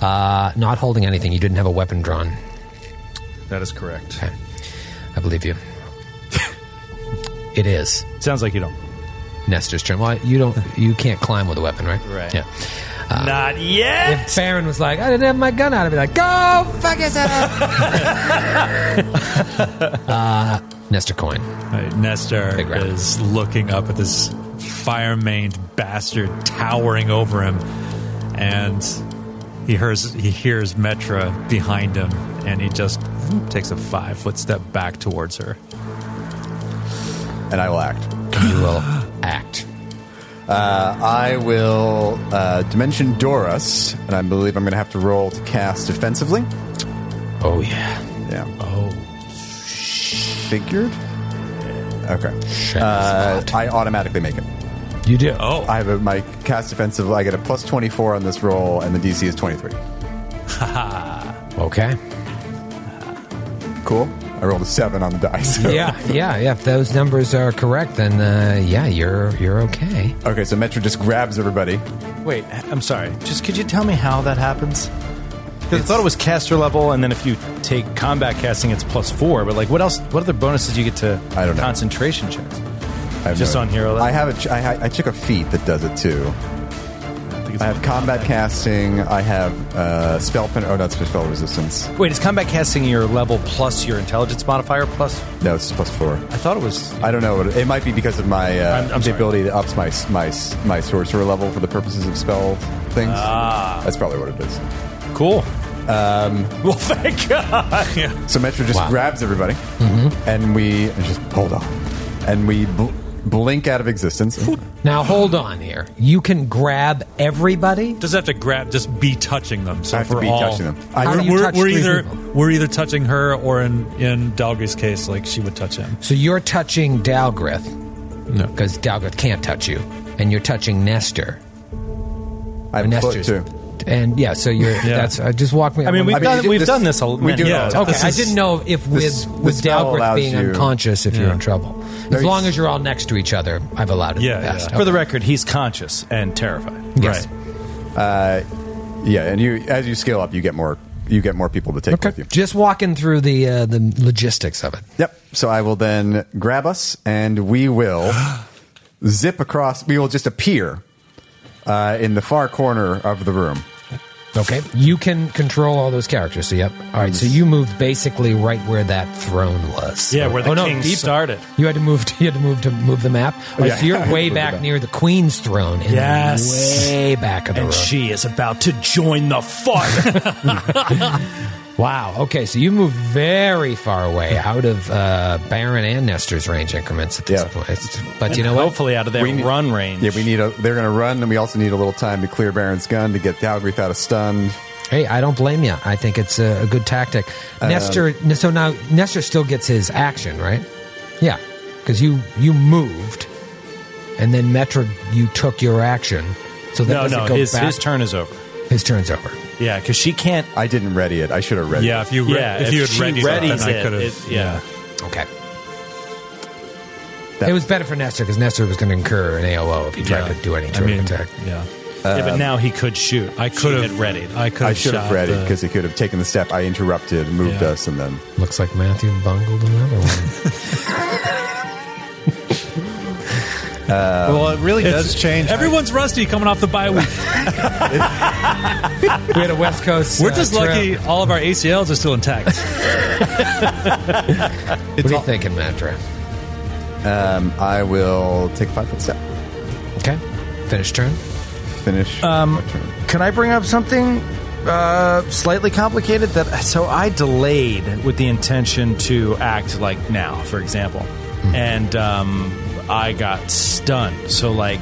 Speaker 4: Uh, not holding anything. You didn't have a weapon drawn.
Speaker 3: that is correct.
Speaker 4: Okay. I believe you. it is
Speaker 3: Sounds like you don't.
Speaker 4: Nestor's turn. Well, you don't. You can't climb with a weapon, right?
Speaker 3: Right.
Speaker 4: Yeah.
Speaker 3: Not yet.
Speaker 4: If Baron was like, I didn't have my gun out, I'd be like, go fuck yourself. uh, Nestor coin.
Speaker 6: Right, Uh, Nestor
Speaker 4: Big round.
Speaker 6: is looking up at this fire maned bastard towering over him, and he hears he hears Metra behind him, and he just takes a five foot step back towards her.
Speaker 7: and I will act.
Speaker 4: You will act.
Speaker 7: Uh, I will uh, Dimension Dorus, and I believe I'm going to have to roll to cast defensively.
Speaker 4: Oh yeah.
Speaker 7: Yeah. Oh. Figured? Okay.
Speaker 4: Check
Speaker 7: Uh,
Speaker 4: this out.
Speaker 7: I automatically make it.
Speaker 4: you do.
Speaker 6: Oh,
Speaker 7: I have a, my cast defensive. I get a plus 24 on this roll, and the DC is 23.
Speaker 4: Okay.
Speaker 7: Cool. I rolled a 7 on the die. so-
Speaker 4: Yeah, yeah, yeah. If those numbers are correct, then uh, yeah, you're you're okay.
Speaker 7: Okay, so Metro just grabs everybody.
Speaker 3: Wait, I'm sorry. Just could you tell me how that happens? Because I thought it was caster level, and then if you take combat casting, it's plus four. But like, what else? What other bonuses do you get to?
Speaker 7: I don't know.
Speaker 3: Concentration checks.
Speaker 7: I have
Speaker 3: Just on hero level?
Speaker 7: I have a. Ch- I, ha- I took a feat that does it too. I have combat casting. I have uh, spell pen. Oh, no, it's for spell resistance.
Speaker 3: Wait, is combat casting your level plus your intelligence modifier plus?
Speaker 7: No, it's plus four.
Speaker 3: I thought it was.
Speaker 7: I don't know. It, it might be because of my uh,
Speaker 3: I'm- I'm
Speaker 7: the
Speaker 3: sorry.
Speaker 7: ability that ups my s- my s- my sorcerer level for the purposes of spell things.
Speaker 3: Ah.
Speaker 7: That's probably what it is.
Speaker 3: Cool. Um, well, thank God.
Speaker 7: So Metro just
Speaker 4: Wow. Mm-hmm.
Speaker 7: grabs everybody, and we and just hold on, and we bl- blink out of existence.
Speaker 4: Now hold on here. You can grab everybody.
Speaker 6: does have to grab, just be touching them. So
Speaker 7: I have to
Speaker 6: for
Speaker 7: be
Speaker 6: all,
Speaker 7: touching them. I-
Speaker 4: How
Speaker 6: we're,
Speaker 4: do you
Speaker 6: we're-
Speaker 4: touch
Speaker 6: we're
Speaker 4: three
Speaker 6: either
Speaker 4: people?
Speaker 6: we're either touching her or in in Dalga's case, like she would touch him.
Speaker 4: So you're touching Dalgrith, because Dalgrith can't touch you, and you're touching Nestor.
Speaker 7: I have a
Speaker 4: Nestor's
Speaker 7: foot too.
Speaker 4: And yeah, so you're. That's uh, just walk me.
Speaker 3: I mean, we've
Speaker 7: I mean,
Speaker 3: done
Speaker 7: you do
Speaker 3: we've
Speaker 7: this-
Speaker 3: done this a
Speaker 7: we
Speaker 3: many
Speaker 7: do it all
Speaker 3: times.
Speaker 7: the time.
Speaker 4: Okay,
Speaker 7: this
Speaker 4: I
Speaker 7: is-
Speaker 4: didn't know if with
Speaker 7: this-
Speaker 4: with
Speaker 7: this spell
Speaker 4: Dalgrith
Speaker 7: allows
Speaker 4: being
Speaker 7: you-
Speaker 4: unconscious if you're in trouble. As
Speaker 7: Very-
Speaker 4: long as you're all next to each other, I've allowed it. in
Speaker 3: Yeah,
Speaker 4: the
Speaker 3: yeah.
Speaker 4: past.
Speaker 3: For the record, he's conscious and terrified.
Speaker 4: Yes.
Speaker 3: Right.
Speaker 7: Yeah, and you as you scale up, you get more you get more people to take with
Speaker 4: Okay.
Speaker 7: you.
Speaker 4: Just walking through the uh, the logistics of it.
Speaker 7: Yep. So I will then grab us, and we will zip across. We will just appear uh, in the far corner of the room.
Speaker 4: Okay. You can control all those characters. So, yep. All right. So you moved basically right where that throne was.
Speaker 3: Yeah, where the
Speaker 4: Oh, no,
Speaker 3: king
Speaker 4: deeper.
Speaker 3: started.
Speaker 4: You had to move. To, you had to move to move the map. All right, So you're way back near the queen's throne. In
Speaker 3: Yes.
Speaker 4: Way back of the
Speaker 3: And
Speaker 4: room.
Speaker 3: she is about to join the fight.
Speaker 4: Wow. Okay, so you moved very far away out of uh, Baron and Nestor's range increments at this
Speaker 7: Yeah.
Speaker 4: point. It's- But you know what?
Speaker 3: Hopefully, out of their
Speaker 7: We need-
Speaker 3: run range.
Speaker 7: Yeah, we need a. They're going to run, and we also need a little time to clear Baron's gun to get Dalgrith out of stun.
Speaker 4: Hey, I don't blame you. I think it's a, a good tactic. Nestor. So now Nestor still gets his action, right? Yeah, because you you moved, and then Metra, you took your action. So that
Speaker 3: no,
Speaker 4: doesn't
Speaker 3: no,
Speaker 4: go
Speaker 3: his,
Speaker 4: back.
Speaker 3: his turn is over.
Speaker 4: His turn's over.
Speaker 3: Yeah, because she can't.
Speaker 7: I didn't ready it. I should have ready.
Speaker 6: Yeah, if you re-
Speaker 3: Yeah,
Speaker 6: if, you had
Speaker 3: she
Speaker 6: readied
Speaker 3: readies
Speaker 6: something, I
Speaker 3: it,
Speaker 6: could
Speaker 3: it-
Speaker 6: have.
Speaker 3: yeah.
Speaker 4: Okay.
Speaker 7: That-
Speaker 4: it was better for Nestor because Nestor was going to incur an AOO if he tried
Speaker 6: Yeah.
Speaker 4: to do any
Speaker 6: I
Speaker 4: turn
Speaker 6: mean,
Speaker 4: attack. Um,
Speaker 6: yeah.
Speaker 3: yeah, but now he could shoot.
Speaker 6: I could have
Speaker 3: readied.
Speaker 6: I could.
Speaker 7: I should have
Speaker 6: shot
Speaker 7: ready
Speaker 6: the-
Speaker 7: because he could have taken the step. I interrupted, moved
Speaker 6: Yeah.
Speaker 7: us, and then
Speaker 4: Looks like Matthew bungled another one.
Speaker 5: well, it really does change.
Speaker 6: everyone's rusty coming off the bye week.
Speaker 4: we had a West Coast.
Speaker 6: We're
Speaker 4: uh,
Speaker 6: just
Speaker 4: trip.
Speaker 6: lucky all of our ACLs are still intact.
Speaker 4: What are you thinking, Matra?
Speaker 7: um, I will take a five foot step.
Speaker 4: Okay, finish turn.
Speaker 7: Finish. Um, turn.
Speaker 3: Can I bring up something uh, slightly complicated? That uh, so I delayed with the intention to act like now, for example, and um, I got stunned. So like,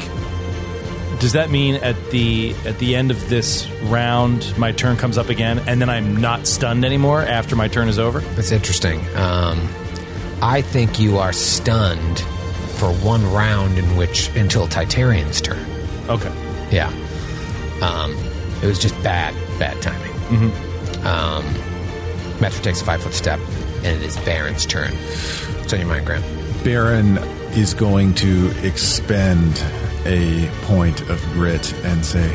Speaker 3: does that mean at the at the end of this round, my turn comes up again, and then I'm not stunned anymore after my turn is over?
Speaker 4: That's interesting. Um, I think you are stunned for one round in which until Titarian's turn.
Speaker 3: Okay.
Speaker 4: Yeah, um, it was just bad, bad timing. Mm-hmm. Um, Matra takes a five foot step, and it is Baron's turn. It's on your mind, Graham.
Speaker 5: Baron is going to expend a point of grit and say,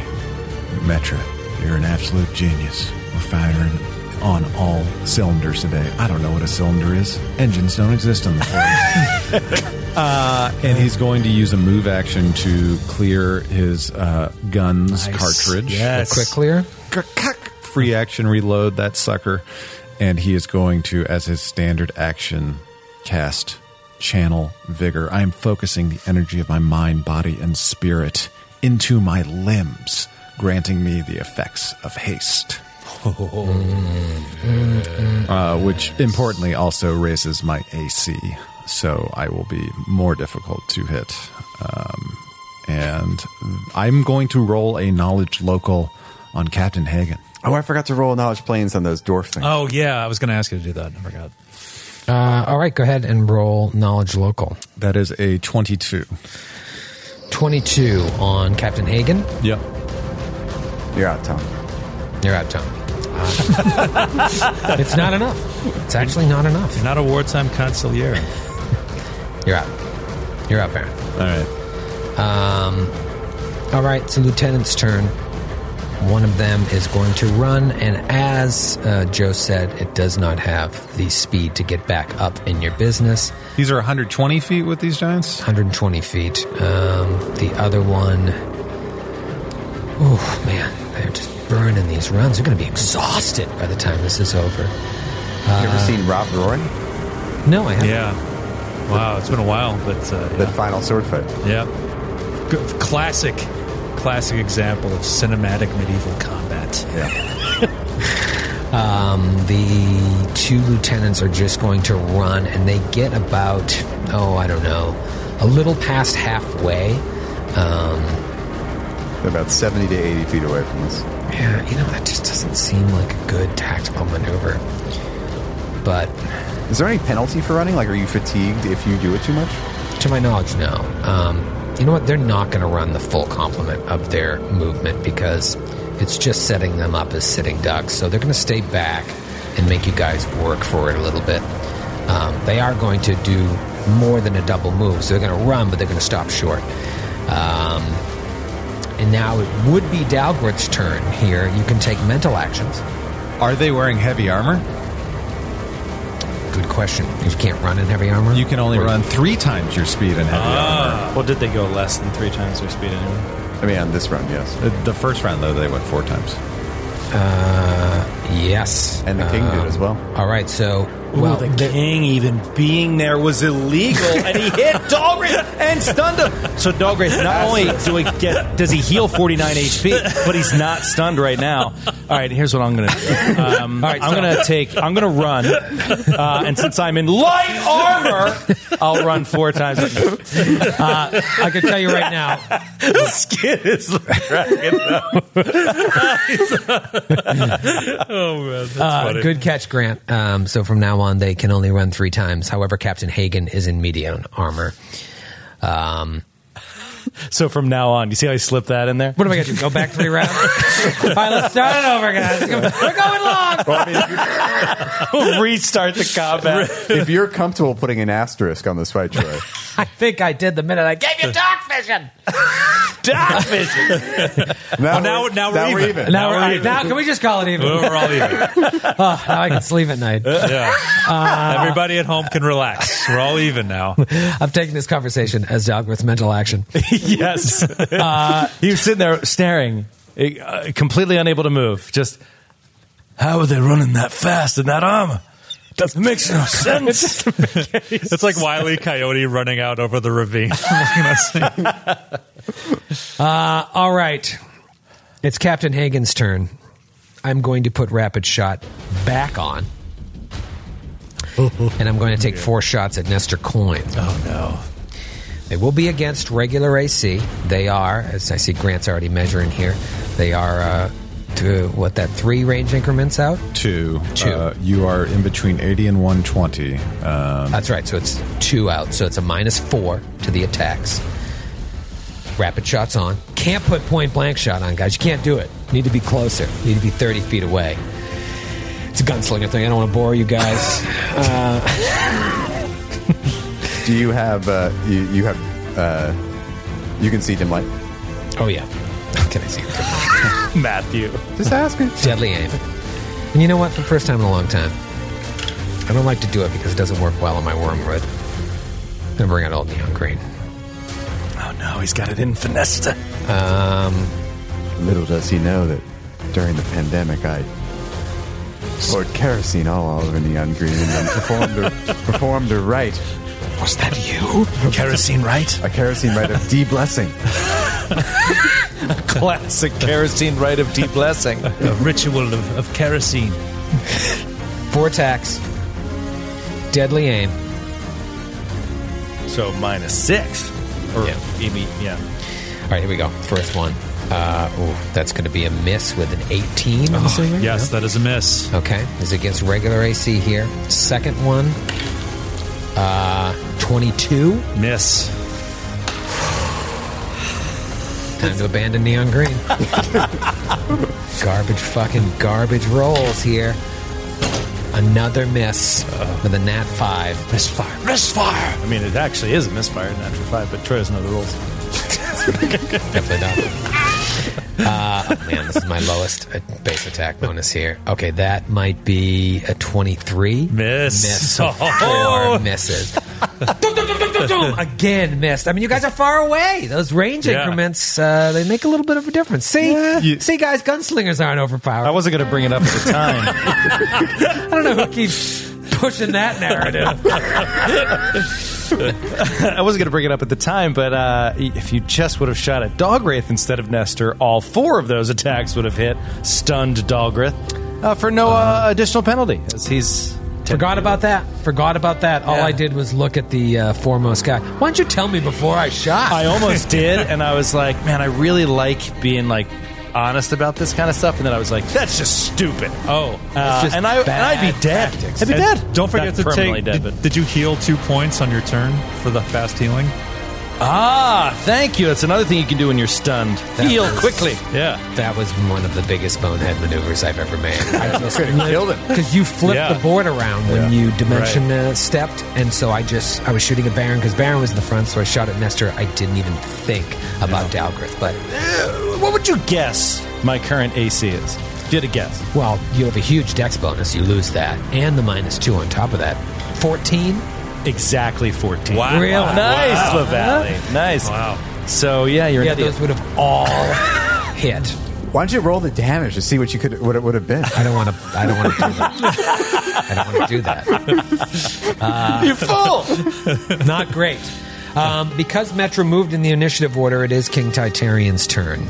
Speaker 5: Metra, you're an absolute genius. We're firing on all cylinders today. I don't know what a cylinder is. Engines don't exist on the floor. uh, and he's going to use a move action to clear his uh, gun's cartridge.
Speaker 6: Yes.
Speaker 4: Quick clear.
Speaker 5: Free action reload that sucker. And he is going to, as his standard action, cast Channel Vigor. I am focusing the energy of my mind, body, and spirit into my limbs, granting me the effects of haste. Uh, which importantly also raises my AC, so I will be more difficult to hit. Um, and I'm going to roll a knowledge local on Captain Hagen.
Speaker 7: Oh, I forgot to roll knowledge planes on those dwarf things.
Speaker 6: Oh yeah, I was going to ask you to do that. I forgot.
Speaker 4: Uh, all right, go ahead and roll knowledge local.
Speaker 5: That is a 22.
Speaker 4: 22 on Captain Hagen.
Speaker 5: Yep.
Speaker 7: You're out, Tom.
Speaker 4: You're out, Tom. Uh, it's not enough. It's actually not enough.
Speaker 6: Not a wartime consigliere.
Speaker 4: You're out. You're out, Baron.
Speaker 5: All right.
Speaker 4: All right, so Lieutenant's turn. One of them is going to run, and as uh, Joe said, it does not have the speed to get back up in your business.
Speaker 5: These are 120 feet with these giants.
Speaker 4: 120 feet. Um, the other one. Oh, man. They're just burning these runs. They're going to be exhausted by the time this is over.
Speaker 7: you
Speaker 6: uh,
Speaker 7: ever seen Rob Roy?
Speaker 4: No, I haven't.
Speaker 6: Yeah. Wow, it's been a while, but uh,
Speaker 7: That final sword fight.
Speaker 6: yeah. yeah. G- classic, classic example of cinematic medieval combat.
Speaker 4: Um, The two lieutenants are just going to run, and they get about, oh, I don't know, a little past halfway. Um,
Speaker 7: They're about 70 to 80 feet away from us.
Speaker 4: yeah, you know, that just doesn't seem like a good tactical maneuver. But
Speaker 7: Is there any penalty for running? Like, are you fatigued if you do it too much?
Speaker 4: to my knowledge, no. Um, you know what? They're not going to run the full complement of their movement because It's just setting them up as sitting ducks. So they're going to stay back and make you guys work for it a little bit. Um, they are going to do more than a double move. So they're going to run, but they're going to stop short. Um, and now it would be Dalgrith's turn here. You can take mental actions.
Speaker 5: Are they wearing heavy armor?
Speaker 4: Good question. You can't run in heavy armor.
Speaker 5: You can only
Speaker 4: Or-
Speaker 5: run three times your speed in heavy armor.
Speaker 3: Well, did they go less than three times their speed anyway?
Speaker 7: I mean, on this round, yes.
Speaker 5: Uh, The first round, though, they went four times.
Speaker 4: Uh, yes.
Speaker 7: And the king did
Speaker 4: Um,
Speaker 7: as well.
Speaker 4: All right. So, well,
Speaker 3: the
Speaker 4: they-
Speaker 3: king even being there was illegal, and he hit Dahlgren and stunned him. So Dahlgren, not only do he get, does he heal 49 HP, but he's not stunned right now. All right, here's what I'm going to do. Um,
Speaker 4: All right,
Speaker 3: I'm
Speaker 4: so-
Speaker 3: going to take, I'm going to run, uh, and since I'm in light armor, I'll run four times.
Speaker 4: uh, I can tell you right now,
Speaker 3: Skin is
Speaker 6: Oh, man, that's
Speaker 4: Uh,
Speaker 6: funny.
Speaker 4: good catch, Grant. Um, so from now on, they can only run three times. However, Captain Hagen is in medium armor. Um,
Speaker 3: So from now on, you see how I slipped that in there?
Speaker 4: what am I going to do? Go back three rounds? All right, let's start it over, guys. We're going long.
Speaker 7: Well, I mean, if, you're,
Speaker 3: Restart the combat.
Speaker 7: if you're comfortable putting an asterisk on this fight, Troy,
Speaker 4: I think I did the minute I gave you dark vision.
Speaker 3: Dark vision.
Speaker 7: now,
Speaker 6: now-
Speaker 7: we're,
Speaker 6: now we're
Speaker 7: now
Speaker 6: even.
Speaker 7: even.
Speaker 4: Now, we're, now can we just call it even?
Speaker 6: We're all even.
Speaker 4: Oh, now I can sleep at night.
Speaker 6: Yeah.
Speaker 3: Uh,
Speaker 6: Everybody at home can relax. We're all even now.
Speaker 4: I've taken this conversation as Dalgrith's mental action.
Speaker 3: yes. Uh, he was sitting there staring, uh, completely unable to move. Just, how are they running that fast in that armor? That makes no sense.
Speaker 6: It's like Wiley Coyote running out over the ravine. That's-
Speaker 4: All right. It's Captain Hagen's turn. I'm going to put Rapid Shot back on. and I'm going to take four shots at Nestor Coin.
Speaker 6: oh, no.
Speaker 4: They will be against regular AC. They are, as I see Grant's already measuring here, they are, uh, to, what, that three range increments out?
Speaker 5: Two.
Speaker 4: Two.
Speaker 5: Uh, you are in between 80 and 120. Um,
Speaker 4: That's right. So it's two out. So it's a minus four to the attacks. Rapid shots on. Can't put point blank shot on, guys. You can't do it. Need to be closer. Need to be 30 feet away. It's a gunslinger thing. I don't want to bore you guys.
Speaker 7: Do you have, uh, you, you have, uh, you can see dim light?
Speaker 4: oh, yeah. Can I see it?
Speaker 3: Matthew.
Speaker 7: Just asking.
Speaker 4: Deadly aim. And you know what? For the first time in a long time, I don't like to do it because it doesn't work well on my wormwood. I'm going to bring out old neon green.
Speaker 3: Oh no, he's got it in finesta.
Speaker 4: Um,
Speaker 7: Little does he know that during the pandemic, I poured kerosene all over neon green and then performed a, performed a rite,
Speaker 4: was that you?
Speaker 3: Kerosene, right?
Speaker 7: a kerosene rite of de-blessing.
Speaker 3: Classic kerosene rite of deep blessing.
Speaker 6: The ritual of, of kerosene.
Speaker 4: Four attacks. Deadly aim.
Speaker 3: So minus six. Or
Speaker 4: Yeah.
Speaker 3: maybe, yeah.
Speaker 4: All right, here we go. First one. Uh, ooh, that's going to be a miss with an 18. I'm assuming?
Speaker 6: Yes, that is a miss.
Speaker 4: Okay. Is against regular AC here. Second one. Uh, 22.
Speaker 6: Miss.
Speaker 4: Time to abandon neon green. garbage fucking garbage rolls here. Another miss with a nat 5.
Speaker 3: Misfire. Misfire! I mean, it actually is a misfire, natural five, but Troy doesn't know the rules.
Speaker 4: Definitely not. Uh, man, this is my lowest uh, base attack bonus here. Okay, that might be a 23.
Speaker 6: Miss.
Speaker 4: Miss.
Speaker 6: Oh.
Speaker 4: Four misses. Dum, dum, dum, dum, dum, dum. Again, missed. I mean, you guys are far away. Those range
Speaker 6: Yeah.
Speaker 4: increments, uh, they make a little bit of a difference. See?
Speaker 5: You-
Speaker 4: See, guys, gunslingers aren't overpowered.
Speaker 3: I wasn't going to bring it up at the time.
Speaker 4: I don't know who keeps pushing that narrative.
Speaker 3: I wasn't going to bring it up at the time, but uh, if you just would have shot at Dogwraith instead of Nestor, all four of those attacks would have hit, stunned Dogwraith uh, for no
Speaker 6: Uh-huh.
Speaker 3: uh, additional penalty, as he's.
Speaker 4: Forgot about that. Forgot about that. All
Speaker 3: Yeah.
Speaker 4: I did was look at the uh, foremost guy. Why don't you tell me before I shot?
Speaker 3: I almost did, and I was like, man, I really like being like honest about this kind of stuff. And then I was like, that's just stupid.
Speaker 6: Oh.
Speaker 3: Uh,
Speaker 4: just
Speaker 3: and I and
Speaker 4: bad
Speaker 3: I'd be dead.
Speaker 4: tactics.
Speaker 3: I'd be
Speaker 6: And
Speaker 3: dead.
Speaker 6: Don't forget
Speaker 3: Not
Speaker 6: to
Speaker 3: permanently
Speaker 6: take.
Speaker 3: dead,
Speaker 6: did, did you heal two points on your turn for the fast healing?
Speaker 3: but Ah, thank you. That's another thing you can do when you're stunned. Heal
Speaker 4: was-
Speaker 3: quickly. Yeah.
Speaker 4: That was one of the biggest bonehead maneuvers I've ever made. I just
Speaker 7: killed him.
Speaker 4: because you flipped
Speaker 3: Yeah.
Speaker 4: the board around when you dimension uh, stepped, and so I just I was shooting at Baron because Baron was in the front, so I shot at Nestor. I didn't even think about Dalgrith, but
Speaker 3: Uh, What would you guess my current AC is? Get a guess.
Speaker 4: well, you have a huge dex bonus. You lose that, and the minus two on top of that. Fourteen.
Speaker 3: Exactly 14.
Speaker 6: Wow.
Speaker 4: Really?
Speaker 3: Nice, LaValle. Nice.
Speaker 6: Wow.
Speaker 3: So, yeah, you're an
Speaker 4: Yeah,
Speaker 3: idiot.
Speaker 4: those would have all hit.
Speaker 7: Why don't you roll the damage to see what you could what it would have been?
Speaker 4: I don't want to. I don't want to do that. I don't want to do that. Uh,
Speaker 3: You're full.
Speaker 4: Not great. Um, because Metro moved in the initiative order, it is King Titarian's turn.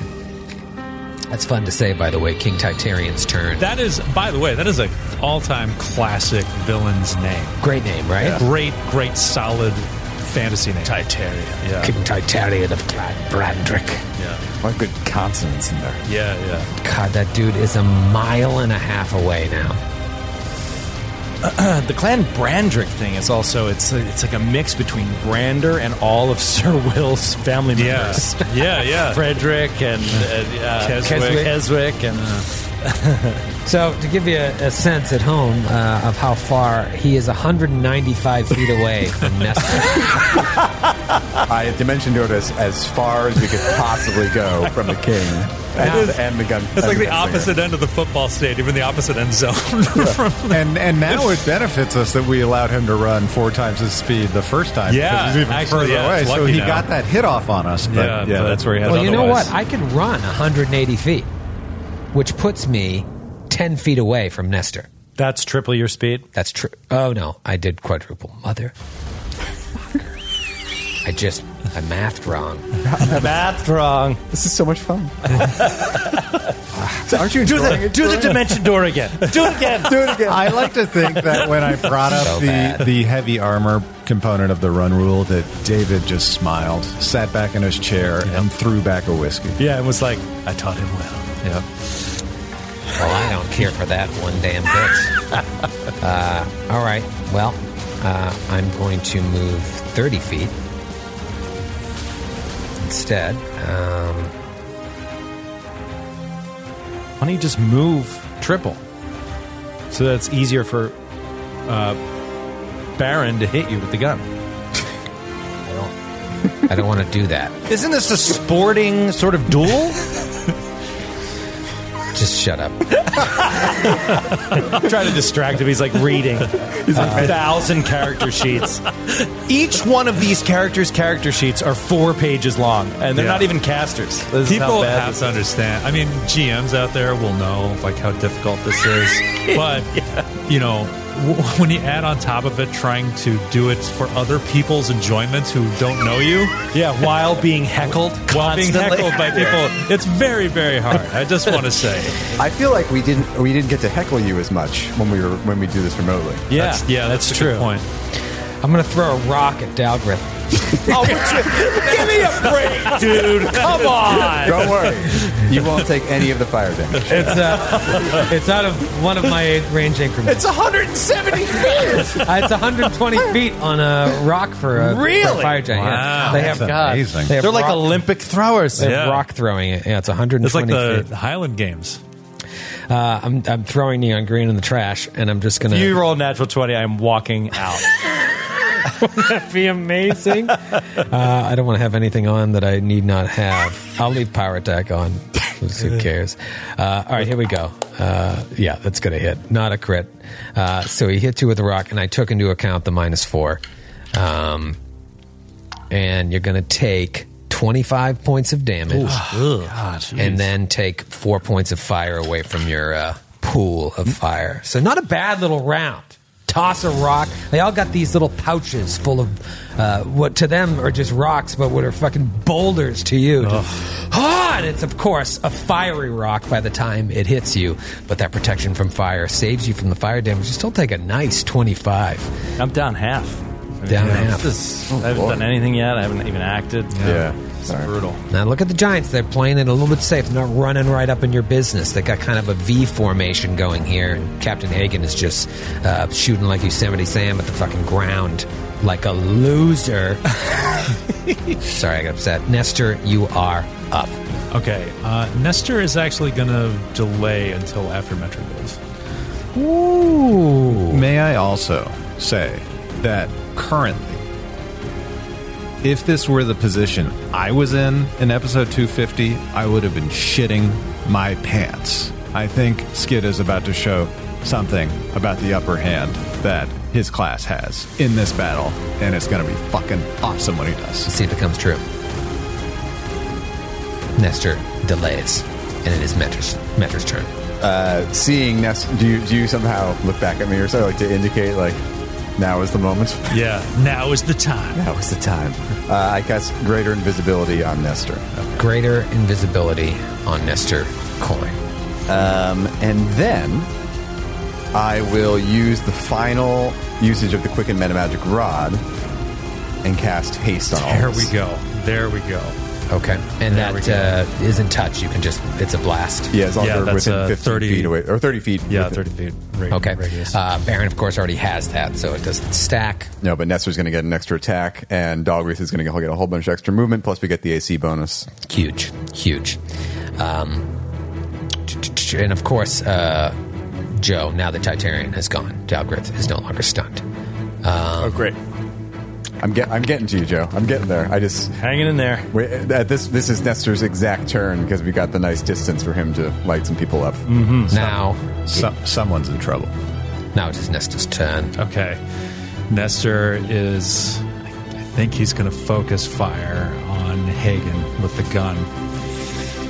Speaker 4: That's fun to say, by the way. King Titarian's turn.
Speaker 6: That is, by the way, that is a all-time classic villain's name.
Speaker 4: Great name, right?
Speaker 6: Great, great, solid fantasy name.
Speaker 3: Titarian.
Speaker 6: Yeah.
Speaker 4: King Titarian of Glad Brandrick.
Speaker 7: What good consonants in there.
Speaker 6: Yeah, yeah.
Speaker 4: God, that dude is a mile and a half away now.
Speaker 3: The Clan Brandrick thing is also it's it's like a mix between Brander and all of Sir Will's family members.
Speaker 6: Yeah. Yeah, yeah.
Speaker 3: Frederick and uh, uh,
Speaker 6: Keswick.
Speaker 3: Keswick and uh,
Speaker 4: So, to give you a, a sense at home uh, of how far he is 195 feet away from Nestor.
Speaker 7: I dimensioned it as, as far as we could possibly go from the king and, and the gun.
Speaker 6: It's like
Speaker 7: and
Speaker 6: the
Speaker 7: gunslinger.
Speaker 6: opposite end of the football stadium in the opposite end zone. From-
Speaker 5: And and now it benefits us that we allowed him to run four times his speed the first time.
Speaker 6: Yeah,
Speaker 5: because he's even
Speaker 6: actually,
Speaker 5: further
Speaker 6: yeah,
Speaker 5: away.
Speaker 6: it's
Speaker 5: So
Speaker 6: lucky
Speaker 5: he
Speaker 6: now.
Speaker 5: got that hit off on us. But
Speaker 6: yeah, yeah, that's where he had.
Speaker 4: well, you know
Speaker 6: otherwise.
Speaker 4: what? I could run 180 feet, which puts me 10 feet away from Nestor.
Speaker 3: that's triple your speed.
Speaker 4: That's true. Oh no, I did quadruple. Mother. I just I mathed wrong.
Speaker 3: That's wrong.
Speaker 7: This is so much fun. Aren't you
Speaker 3: Do
Speaker 7: enjoying
Speaker 3: the
Speaker 7: it?
Speaker 3: do the
Speaker 7: Jordan?
Speaker 3: dimension door again. Do it again.
Speaker 7: Do it again.
Speaker 5: I like to think that when I brought up
Speaker 4: So bad.
Speaker 5: the, the heavy armor component of the run rule, that David just smiled, sat back in his chair, and threw back a whiskey.
Speaker 3: Yeah, it was like I taught him well.
Speaker 5: Yeah.
Speaker 4: Well, I don't care for that one damn bit. Uh, all right. Well, uh, I'm going to move 30 feet instead. Um,
Speaker 3: Why don't you just move triple? So that's easier for uh, Baron to hit you with the gun.
Speaker 4: I don't. I don't want to do that.
Speaker 3: Isn't this a sporting sort of duel?
Speaker 4: Just shut up.
Speaker 3: Try to distract him. He's like reading a thousand character sheets. Each one of these characters' character sheets are four pages long, and they're
Speaker 6: Yeah.
Speaker 3: not even casters. This is how
Speaker 6: People
Speaker 3: bad
Speaker 6: have
Speaker 3: this-
Speaker 6: to understand. I mean, GMs out there will know like how difficult this is, but you know, w- when you add on top of it, trying to do it for other people's enjoyment who don't know you,
Speaker 3: yeah, while being heckled,
Speaker 6: while being
Speaker 3: constantly.
Speaker 6: heckled by people, it's very, very hard. I just want to say,
Speaker 7: I feel like we didn't we didn't get to heckle you as much when we were when we do this remotely.
Speaker 3: Yeah,
Speaker 6: that's, yeah, that's, a
Speaker 3: true.
Speaker 6: good point.
Speaker 4: I'm going to throw a rock at Dalgrith.
Speaker 3: Oh, would you- give me a break, dude. Come on.
Speaker 7: Don't worry, you won't take any of the fire damage.
Speaker 4: It's uh, it's out of one of my range increments.
Speaker 3: It's 170 feet.
Speaker 4: Uh, it's 120 feet on a rock for a, for a
Speaker 3: Really?
Speaker 4: fire giant. yeah.
Speaker 6: Wow.
Speaker 4: They
Speaker 5: That's
Speaker 4: have,
Speaker 5: amazing.
Speaker 4: They have
Speaker 3: They're like
Speaker 4: rock,
Speaker 3: Olympic throwers.
Speaker 4: they have
Speaker 6: Yeah.
Speaker 4: rock throwing it. Yeah, it's 120
Speaker 6: It's like the
Speaker 4: feet.
Speaker 6: Highland Games.
Speaker 4: Uh, I'm, I'm throwing neon green in the trash, and I'm just going to.
Speaker 3: You roll natural 20, I'm walking out.
Speaker 4: be amazing. uh, I don't want to have anything on that I need not have. I'll leave power attack on. Who cares? Uh, all right, here we go. Uh, yeah, that's going to hit. Not a crit. Uh, so he hit you with a rock, and I took into account the minus four. Um, and you're going to take 25 points of damage, and then take four points of fire away from your uh, pool of fire. So not a bad little round. Toss a rock. They all got these little pouches full of uh, what to them are just rocks, but what are fucking boulders to you. Just, ah, and it's of course a fiery rock by the time it hits you, but that protection from fire saves you from the fire damage. You still take a nice twenty-five.
Speaker 3: I'm down half.
Speaker 4: Down half.
Speaker 3: This is- I haven't
Speaker 7: boy.
Speaker 3: done anything yet. I haven't even acted.
Speaker 7: Yeah,
Speaker 3: It's
Speaker 7: sorry.
Speaker 3: brutal.
Speaker 4: Now look at the Giants. They're playing it a little bit safe. They're not running right up in your business. They got kind of a V formation going here, and Captain Hagen is just uh, shooting like Yosemite Sam at the fucking ground, like a loser. Sorry, I got upset. Nestor, you are up.
Speaker 6: Okay, uh, Nestor is actually going to delay until after Metro goes.
Speaker 4: Ooh.
Speaker 5: May I also say that currently, if this were the position I was in in episode 250, I would have been shitting my pants. I think Skid is about to show something about the upper hand that his class has in this battle, and it's going to be fucking awesome when he does.
Speaker 4: Let's see if it comes true. Nestor delays, and it is Metra's, Metra's turn.
Speaker 7: Uh, seeing Nest, do you, do you somehow look back at me or something like to indicate like now is the moment?
Speaker 6: Yeah, now is the time.
Speaker 7: Now is the time. Uh, I cast greater invisibility on Nestor.
Speaker 4: Greater invisibility on Nestor Coin.
Speaker 7: Um, and then I will use the final usage of the Quicken Meta Magic Rod and cast Haste on all
Speaker 6: There
Speaker 7: of
Speaker 6: we
Speaker 7: us.
Speaker 6: go. There we go.
Speaker 4: Okay. And that uh, is in touch. You can just, it's a blast.
Speaker 7: Yeah, as long as
Speaker 6: Yeah,
Speaker 7: they're
Speaker 6: that's,
Speaker 7: within
Speaker 6: uh,
Speaker 7: 15
Speaker 6: 30
Speaker 7: feet away, or 30 feet.
Speaker 6: Yeah,
Speaker 7: within-
Speaker 6: 30 feet. Radius.
Speaker 4: Okay.
Speaker 6: Radius.
Speaker 4: Uh, Baron, of course, already has that, so it doesn't stack.
Speaker 7: No, but Nestor's going to get an extra attack, and Dogwreath is going to get a whole bunch of extra movement, plus we get the AC bonus.
Speaker 4: Huge. Huge. Um, and of course, uh, Joe, now the Titarian has gone, Dalgrith is no longer stunned.
Speaker 7: Oh, great. I'm, get, I'm getting to you, Joe. I'm getting there. I just.
Speaker 3: Hanging in there.
Speaker 7: Wait, uh, this this is Nestor's exact turn because we got the nice distance for him to light some people up.
Speaker 3: Mm.
Speaker 4: Now,
Speaker 5: So- someone's in trouble.
Speaker 4: now it is Nestor's turn.
Speaker 6: Okay. Nestor is. I think he's going to focus fire on Hagen with the gun.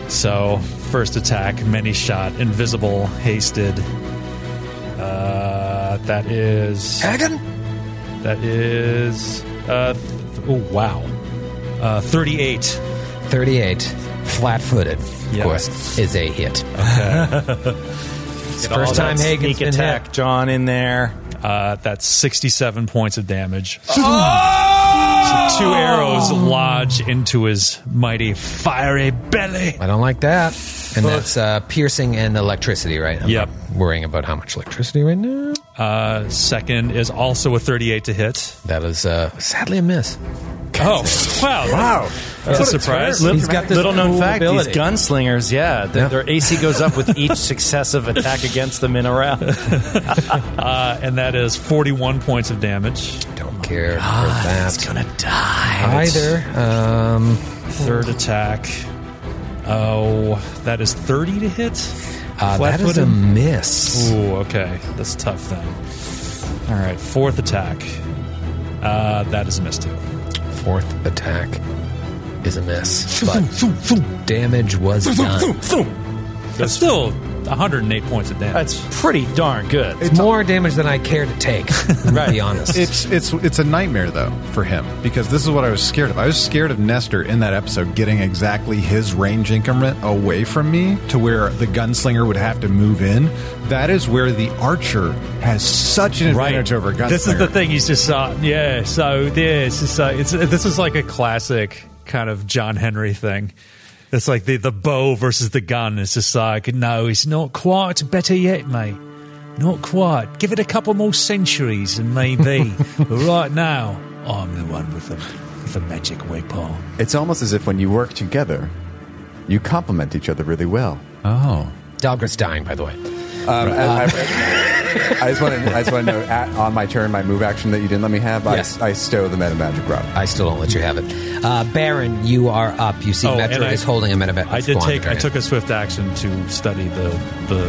Speaker 6: So, first attack, many shot, invisible, hasted. Uh, that is.
Speaker 4: Hagen?
Speaker 6: That is. Uh, th- oh, wow. Uh, 38.
Speaker 4: 38, flat footed, of
Speaker 6: Yeah.
Speaker 4: course, is a hit.
Speaker 3: Get
Speaker 4: First
Speaker 3: all that
Speaker 4: time Hagen's
Speaker 3: sneak
Speaker 4: been
Speaker 3: attack,
Speaker 4: hit.
Speaker 3: John in there.
Speaker 6: Uh, that's 67 points of damage. So two arrows lodge into his mighty fiery belly.
Speaker 4: I don't like that. And that's uh, piercing and electricity, right? I'm
Speaker 6: Yep.
Speaker 4: not worrying about how much electricity right now.
Speaker 6: Uh, second is also a 38 to hit.
Speaker 4: That is uh, sadly a miss.
Speaker 6: Oh, wow. Wow. That's a surprise.
Speaker 3: Little,
Speaker 4: He's got this
Speaker 3: little known
Speaker 4: cool
Speaker 3: fact:
Speaker 4: ability.
Speaker 3: these gunslingers, yeah, th- their AC goes up with each successive attack against them in a round.
Speaker 6: Uh, and that is 41 points of damage.
Speaker 4: Don't care for that
Speaker 6: gonna die.
Speaker 4: either. Um,
Speaker 6: Third attack. Oh, that is 30 to hit.
Speaker 4: uh, that is a
Speaker 6: Flat-footed?
Speaker 4: miss.
Speaker 6: Ooh, okay. That's tough then. All right, fourth attack. Uh, that is a miss too.
Speaker 4: Fourth attack is a miss, but damage was done.
Speaker 6: That's still 108 points of damage.
Speaker 3: That's pretty darn good.
Speaker 4: It's more damage than I care to take. To be honest,
Speaker 5: It's it's it's a nightmare though for him because this is what I was scared of. I was scared of Nestor in that episode getting exactly his range increment away from me to where the gunslinger would have to move in. That is where the archer has such an advantage over gunslinger.
Speaker 6: This is the thing you just saw. Yeah, so yeah, it's just uh, it's this is like a classic kind of John Henry thing. It's like the the bow versus the gun. It's just like no, it's not quite. Better yet, mate, not quite. Give it a couple more centuries and maybe. but right now, I'm the one with the with the magic weapon.
Speaker 7: It's almost as if when you work together, you complement each other really well.
Speaker 5: Oh,
Speaker 4: Dalgrith's dying. By the way,
Speaker 7: Um, I, I- I just want to I just want to note at, on my turn my move action that you didn't let me have.
Speaker 4: Yes.
Speaker 7: I, I stow the meta magic rod.
Speaker 4: I still don't let you have it. Uh, Baron, you are up. You see,
Speaker 6: Oh, and
Speaker 4: Metra
Speaker 6: I-
Speaker 4: is holding him at a
Speaker 6: I did take I took a swift action to study the the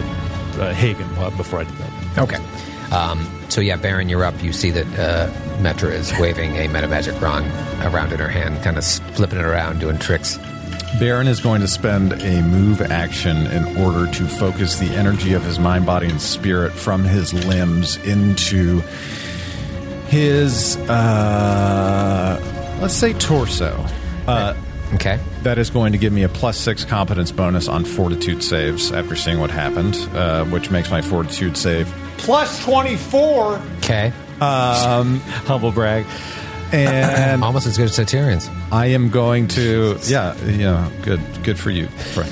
Speaker 6: uh, Hagen uh, before I did that.
Speaker 4: Okay. Um, so yeah, Baron, you're up. You see that uh, Metra is waving a meta magic wrong around in her hand, kind of flipping it around, doing tricks.
Speaker 5: Baron is going to spend a move action in order to focus the energy of his mind, body, and spirit from his limbs into his, uh, let's say, torso. Uh,
Speaker 4: Okay.
Speaker 5: that is going to give me a plus six competence bonus on fortitude saves after seeing what happened, uh, which makes my fortitude save plus 24.
Speaker 4: Okay.
Speaker 3: Humble brag.
Speaker 5: And
Speaker 4: Almost as good as Satirians.
Speaker 5: I am going to, yeah, yeah,
Speaker 4: Uh,
Speaker 5: good, good for you, friend.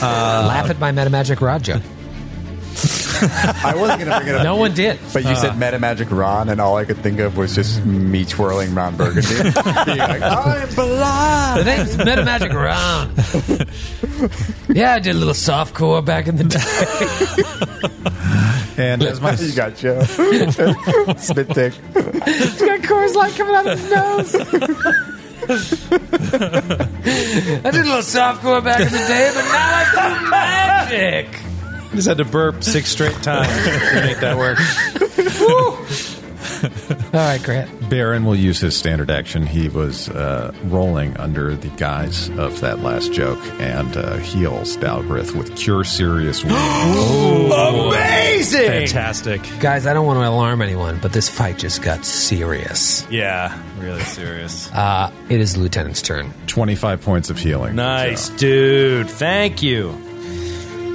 Speaker 4: Laugh at my meta magic rod joke.
Speaker 7: I wasn't going to bring it up.
Speaker 4: No one did.
Speaker 7: But you said Meta Magic Ron, and all I could think of was just me twirling Ron Burgundy. Being like, I'm blind.
Speaker 4: The name's Metamagic Ron. yeah, I did a little softcore back in the day.
Speaker 5: And as my
Speaker 7: You got Joe. Spit take.
Speaker 4: got Coors Light coming out of his nose. I did a little softcore back in the day, but now I do magic.
Speaker 3: just had to burp six straight times to make that work.
Speaker 4: All right, Grant.
Speaker 5: Baron will use his standard action, he was uh, rolling under the guise of that last joke and uh, heals Dalgrith with Cure Serious Wounds.
Speaker 3: Amazing. Fantastic.
Speaker 4: Guys, I don't want to alarm anyone, but this fight just got serious.
Speaker 3: Yeah, really serious.
Speaker 4: Uh, it is Lieutenant's turn.
Speaker 5: 25 points of healing.
Speaker 3: Nice, dude. Thank you.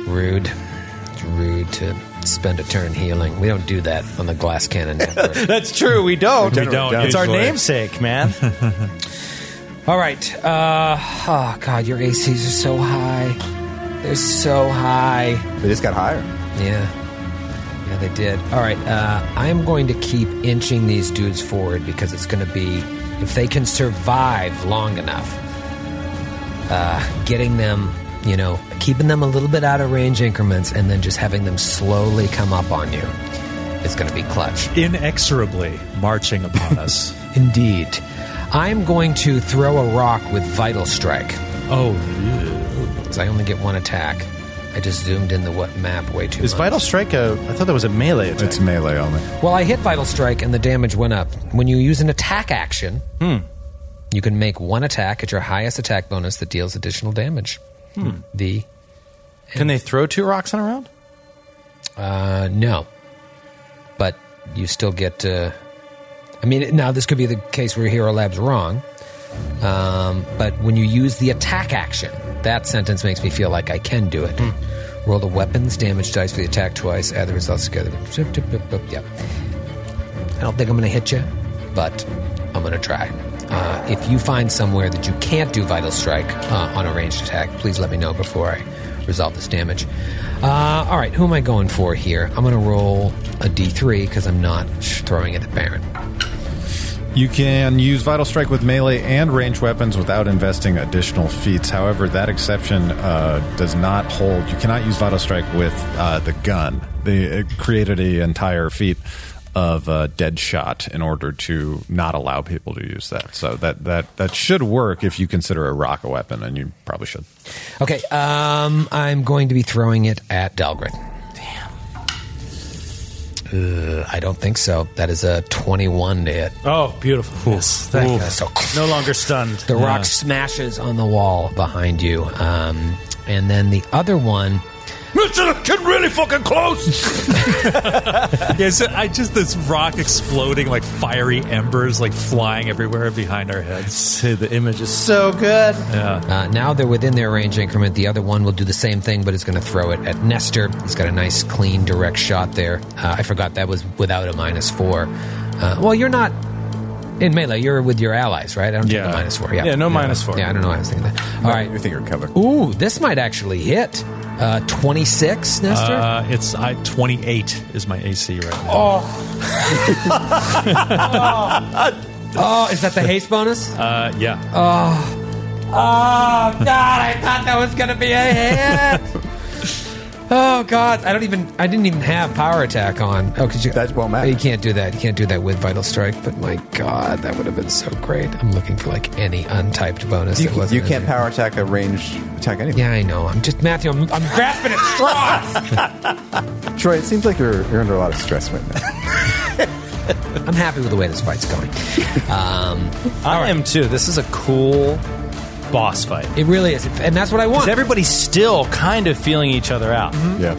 Speaker 4: Rude. It's rude to spend a turn healing. We don't do that on the Glass Cannon Network.
Speaker 3: That's true. We don't.
Speaker 7: We don't,
Speaker 3: It's our
Speaker 7: usually.
Speaker 3: namesake, man.
Speaker 4: All right. Uh, oh, God, your ACs are so high. They're so high.
Speaker 7: They just got higher.
Speaker 4: Yeah. Yeah, they did. All right. Uh, I am going to keep inching these dudes forward because it's going to be, if they can survive long enough, uh, getting them, you know, keeping them a little bit out of range increments and then just having them slowly come up on you. It's going to be clutch.
Speaker 6: inexorably marching upon us.
Speaker 4: Indeed. I'm going to throw a rock with Vital Strike.
Speaker 6: oh,
Speaker 4: Because I only get one attack. I just zoomed in the what map way too
Speaker 3: Is
Speaker 4: much.
Speaker 3: Vital Strike a. I thought that was a melee attack.
Speaker 5: It's melee only.
Speaker 4: Well, I hit Vital Strike and the damage went up. When you use an attack action, you can make one attack at your highest attack bonus that deals additional damage. The
Speaker 3: Can they throw two rocks in a round?
Speaker 4: uh, no, but you still get. Uh, I mean, now this could be the case where Hero Lab's wrong, um, but when you use the attack action, that sentence makes me feel like I can do it. Roll the weapons damage dice for the attack twice. Add the results together. Yep. I don't think I'm going to hit you, but I'm going to try. Uh, if you find somewhere that you can't do Vital Strike uh, on a ranged attack, please let me know before I resolve this damage. Uh, all right, who am I going for here? I'm going to roll a d3 because I'm not sh- throwing it at Baron.
Speaker 5: You can use Vital Strike with melee and range weapons without investing additional feats. However, that exception uh, does not hold. You cannot use Vital Strike with uh, the gun. They uh, created an entire feat of uh, dead shot in order to not allow people to use that. So that, that, that should work if you consider a rock a weapon, and you probably should.
Speaker 4: Okay, um, I'm going to be throwing it at Dalgren. Damn. Uh, I don't think so. That is a 21 to hit.
Speaker 3: Oh, beautiful. Yes, thank
Speaker 4: Uh, so
Speaker 3: No longer stunned.
Speaker 4: The rock smashes on the wall behind you. Um, and then the other one.
Speaker 3: Get really fucking close.
Speaker 6: yeah! So I just this rock exploding like fiery embers, like flying everywhere behind our heads.
Speaker 3: the image is so good.
Speaker 4: Uh, now they're within their range increment. The other one will do the same thing, but it's going to throw it at Nestor. He's got a nice, clean, direct shot there. Uh, I forgot that was without a minus four. Uh, well, you're not in melee. You're with your allies, right? I don't think
Speaker 3: Yeah.
Speaker 4: the minus four. Yeah,
Speaker 3: Yeah, no minus four.
Speaker 4: Yeah, I don't know. Why I was thinking that. All right.
Speaker 7: You think you're covered.
Speaker 4: Ooh, this might actually hit. Uh, Twenty six, Nestor.
Speaker 6: Uh, it's I twenty eight is my AC right now.
Speaker 4: oh, is that the haste bonus?
Speaker 6: Uh, yeah.
Speaker 4: Oh God! I thought that was gonna be a hit. oh God! I don't even. I didn't even have power attack on. Oh, because you
Speaker 7: That won't matter.
Speaker 4: You can't do that. You can't do that with vital strike. But my God, that would have been so great. I'm looking for like any untyped bonus.
Speaker 7: You,
Speaker 4: that wasn't
Speaker 7: you
Speaker 4: in
Speaker 7: can't
Speaker 4: there.
Speaker 7: power attack a ranged attack anyway.
Speaker 4: Yeah, I know. I'm just Matthew. I'm, I'm grasping at straws.
Speaker 7: Troy, it seems like you're, you're under a lot of stress right now.
Speaker 4: I'm happy with the way this fight's going. Um,
Speaker 3: I am too. This is a cool boss fight.
Speaker 4: it really is, and that's what I want.
Speaker 3: Because everybody's still kind of feeling each other out.
Speaker 7: yeah.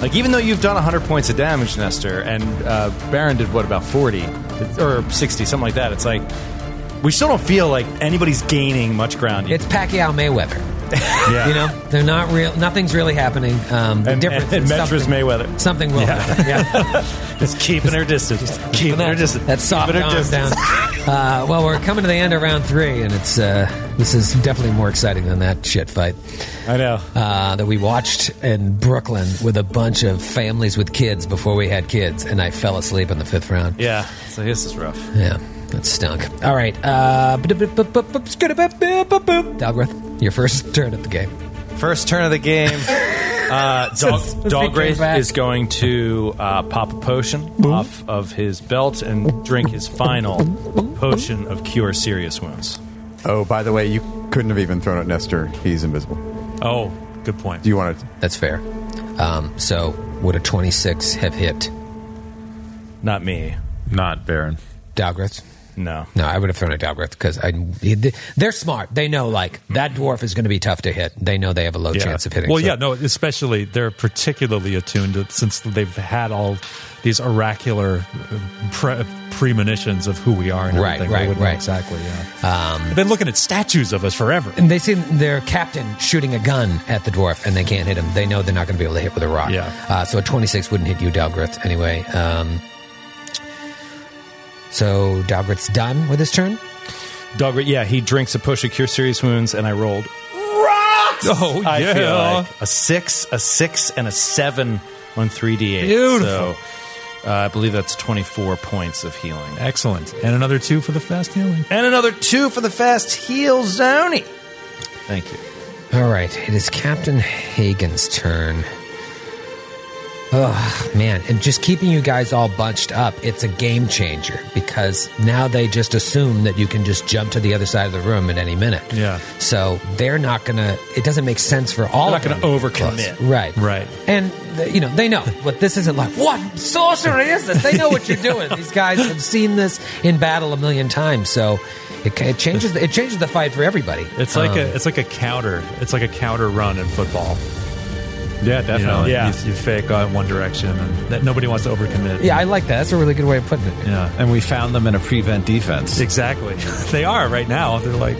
Speaker 3: Like, even though you've done 100 points of damage, Nestor, and uh, Baron did, what, about 40 or 60, something like that, it's like we still don't feel like anybody's gaining much ground. yet.
Speaker 4: It's Pacquiao Mayweather. You know, they're not real. Nothing's really happening. Um, the
Speaker 3: And-
Speaker 4: difference
Speaker 3: and
Speaker 4: is
Speaker 3: Metra's
Speaker 4: something-
Speaker 3: Mayweather.
Speaker 4: Something will happen. Yeah.
Speaker 3: Just keeping her distance. keeping her distance.
Speaker 4: That's soft
Speaker 3: Keeping her
Speaker 4: arm down.
Speaker 3: distance.
Speaker 4: Uh, well, we're coming to the end of round three, and it's uh, this is definitely more exciting than that shit fight
Speaker 3: I know.
Speaker 4: uh, that we watched in Brooklyn with a bunch of families with kids before we had kids, and I fell asleep in the fifth round.
Speaker 3: Yeah. So this is rough.
Speaker 4: Yeah, that stunk. All right, uh, Dalgrith, your first turn at the game.
Speaker 11: First turn of the game.
Speaker 3: uh, Dog, dog
Speaker 4: came back.
Speaker 3: is going to uh, pop a potion off of his belt and drink his final potion of cure serious wounds.
Speaker 7: Oh, by the way, you couldn't have even thrown at Nestor. He's invisible.
Speaker 6: Oh, good point.
Speaker 7: Do you want to?
Speaker 4: That's fair. Um, so, would a twenty-six have hit
Speaker 3: Not me.
Speaker 5: Not Baron.
Speaker 4: Dalgrith?
Speaker 3: No.
Speaker 4: No, I would have thrown a Dalgrith because I. They're smart. They know like that dwarf is going to be tough to hit. They know they have a low chance of hitting.
Speaker 6: Well,
Speaker 4: so-
Speaker 6: yeah, no, especially they're particularly attuned to, since they've had all these oracular uh, pre- premonitions of who we are and
Speaker 4: Right,
Speaker 6: everything. They
Speaker 4: right,
Speaker 6: would know
Speaker 4: right. Um,
Speaker 6: Exactly, yeah. They've been looking at statues of us forever.
Speaker 4: And they see their captain shooting a gun at the dwarf, and they can't hit him. They know they're not going to be able to hit with a rock.
Speaker 6: Yeah.
Speaker 4: Uh, so a twenty-six wouldn't hit you, Dalgrith, anyway. Um, so Dalgrith's done with his turn.
Speaker 3: Dog, yeah, he drinks a potion of cure serious wounds, and I rolled. Rocks!
Speaker 6: Oh,
Speaker 3: I feel
Speaker 6: yeah.
Speaker 3: like a six, a six, and a seven on 3d8.
Speaker 6: Beautiful.
Speaker 3: So, uh, I believe that's 24 points of healing.
Speaker 6: Excellent. And another two for the fast healing.
Speaker 3: And another two for the fast heal zony. Thank you.
Speaker 4: All right, it is Captain Hagen's turn. Oh man, and just keeping you guys all bunched up, it's a game changer because now they just assume that you can just jump to the other side of the room at any minute.
Speaker 6: Yeah.
Speaker 4: So they're not gonna. It doesn't make sense for all.
Speaker 3: They're not
Speaker 4: of them
Speaker 3: gonna
Speaker 4: to be close.
Speaker 3: overcommit.
Speaker 4: Right.
Speaker 6: Right.
Speaker 4: And th- you know they know, but this isn't like what sorcery is this? They know what you're doing. These guys have seen this in battle a million times, so it, ca- it changes. It changes the fight for everybody.
Speaker 6: It's like a it's like a counter. It's like a counter run in football.
Speaker 5: Yeah,
Speaker 6: You know,
Speaker 5: definitely.
Speaker 3: Yeah.
Speaker 6: you, you fake out in one direction, and that nobody wants to overcommit.
Speaker 4: Yeah, I like that. That's a really good way of putting it.
Speaker 6: yeah,
Speaker 5: And we found them in a prevent defense.
Speaker 6: exactly. they are right now. They're like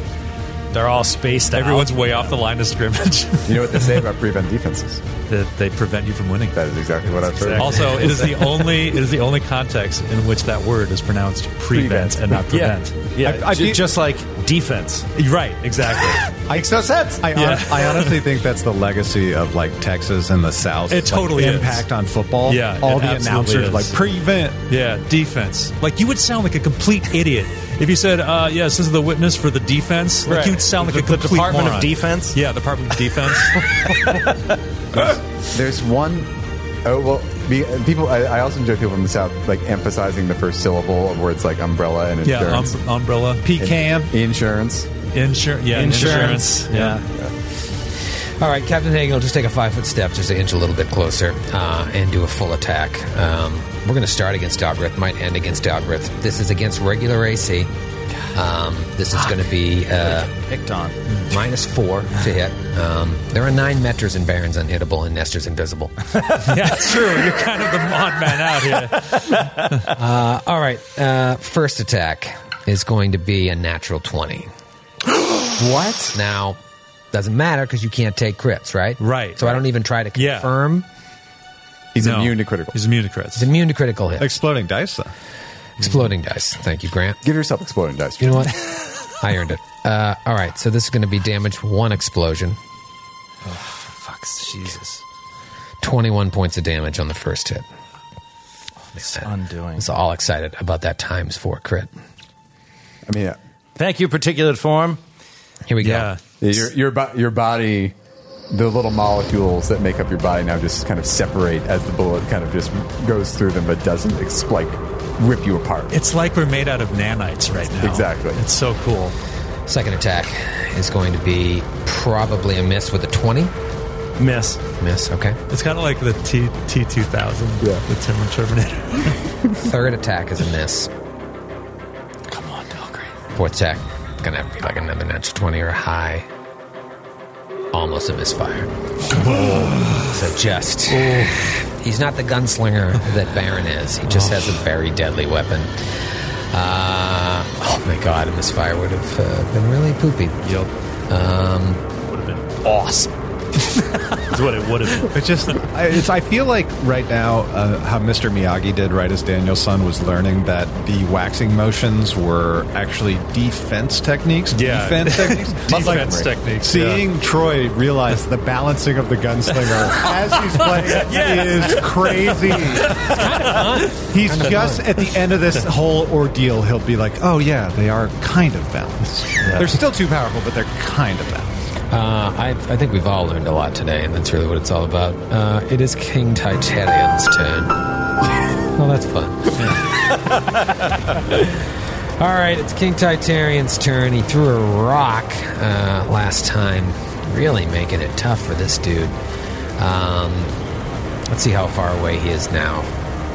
Speaker 3: They're all spaced out.
Speaker 6: everyone's way off the line of scrimmage.
Speaker 7: You know what they say about prevent defenses?
Speaker 6: that they prevent you from winning.
Speaker 7: That is exactly what I've heard.
Speaker 6: Also, it is the only it is the only context in which that word is pronounced prevent and not
Speaker 3: Yeah.
Speaker 6: prevent.
Speaker 3: Yeah.
Speaker 5: I- I
Speaker 3: ju-
Speaker 5: beat-
Speaker 3: just like defense.
Speaker 6: Right, exactly.
Speaker 7: makes no sense.
Speaker 5: I, hon- I honestly think that's the legacy of like Texas and the South.
Speaker 6: It
Speaker 5: like,
Speaker 6: totally is.
Speaker 5: impact on football.
Speaker 6: Yeah,
Speaker 5: all
Speaker 6: it
Speaker 5: the
Speaker 6: absolutely
Speaker 5: announcers
Speaker 6: is.
Speaker 5: like prevent.
Speaker 6: yeah, defense. Like you would sound like a complete idiot if you said, uh, "Yes, this is the witness for the defense." Like
Speaker 3: Right.
Speaker 6: you'd sound like
Speaker 3: The- the
Speaker 6: a complete
Speaker 3: Department of
Speaker 6: moron.
Speaker 3: Defense?
Speaker 6: Yeah, Department of Defense.
Speaker 7: There's one oh well, be, people. I, I also enjoy people from the south like emphasizing the first syllable of words like umbrella and
Speaker 6: yeah,
Speaker 7: insurance.
Speaker 6: um, umbrella,
Speaker 5: Pecan.
Speaker 7: insurance.
Speaker 6: insurance. Yeah, insurance. Yeah.
Speaker 4: All right, Captain Hagen will just take a five foot step, just an inch a little bit closer, uh, and do a full attack. Um, we're going to start against Dogrith, might end against Dogrith. This is against regular AC. Um, this is going to be uh,
Speaker 3: Picked on.
Speaker 4: minus four to hit. Um, there are nine Metras and Barons unhittable, and Nestor's invisible.
Speaker 6: yeah, it's true. You're kind of the mod man out here.
Speaker 4: Uh, all right, uh, first attack is going to be a natural 20.
Speaker 7: What?
Speaker 4: Now, doesn't matter because you can't take crits, right?
Speaker 6: Right.
Speaker 4: So I don't even try to
Speaker 6: Yeah.
Speaker 4: confirm.
Speaker 7: He's
Speaker 6: No.
Speaker 7: immune to critical.
Speaker 6: He's immune to crits.
Speaker 4: It's immune to critical hit.
Speaker 5: Exploding dice, though.
Speaker 4: Exploding dice. Thank you, Grant.
Speaker 7: Give yourself exploding dice.
Speaker 4: You know what? I earned it. Uh, all right, so this is going to be damage one explosion,
Speaker 3: Fuck, Jesus.
Speaker 4: 21 points of damage on the first hit.
Speaker 3: It's undoing.
Speaker 4: It's all excited about that times four crit.
Speaker 7: I mean, yeah.
Speaker 3: Thank you, particulate form.
Speaker 4: Here we
Speaker 6: Yeah.
Speaker 7: your your, bo- your body, the little molecules that make up your body now just kind of separate as the bullet kind of just goes through them, but doesn't ex- like rip you apart.
Speaker 6: It's like we're made out of nanites right now.
Speaker 7: Exactly.
Speaker 6: It's so cool.
Speaker 4: go. Second attack is going to be probably a miss with a 20.
Speaker 3: Miss.
Speaker 4: Miss, okay.
Speaker 6: It's kind of like the T T two thousand,
Speaker 7: Yeah.
Speaker 6: the Tim and Terminator.
Speaker 4: Third attack is a miss. Come on, Dalgreen. Fourth attack, gonna have to be like another natural 20 or high. Almost a misfire. so just. He's not the gunslinger that Baron is. He just has a very deadly weapon. Uh, oh my god, a misfire would have uh, been really poopy.
Speaker 6: Yep.
Speaker 4: Um,
Speaker 3: Would have been awesome. That's what it would have been.
Speaker 5: It's just, I, it's, I feel like right now, uh, how Mr. Miyagi did right as Daniel's son was learning that the waxing motions were actually defense techniques.
Speaker 3: Yeah.
Speaker 5: Defense techniques.
Speaker 3: Defense techniques,
Speaker 5: Seeing Troy realize the balancing of the gunslinger as he's playing it is crazy. he's just at the end of this whole ordeal, he'll be like, oh, yeah, they are kind of balanced. They're still too powerful, but they're kind of balanced.
Speaker 4: Uh, I, I think we've all learned a lot today, and that's really what it's all about. Uh, it is King Titanian's turn. well, that's fun. all right, it's King Titanian's turn. He threw a rock uh, last time, really making it tough for this dude. Um, let's see how far away he is now.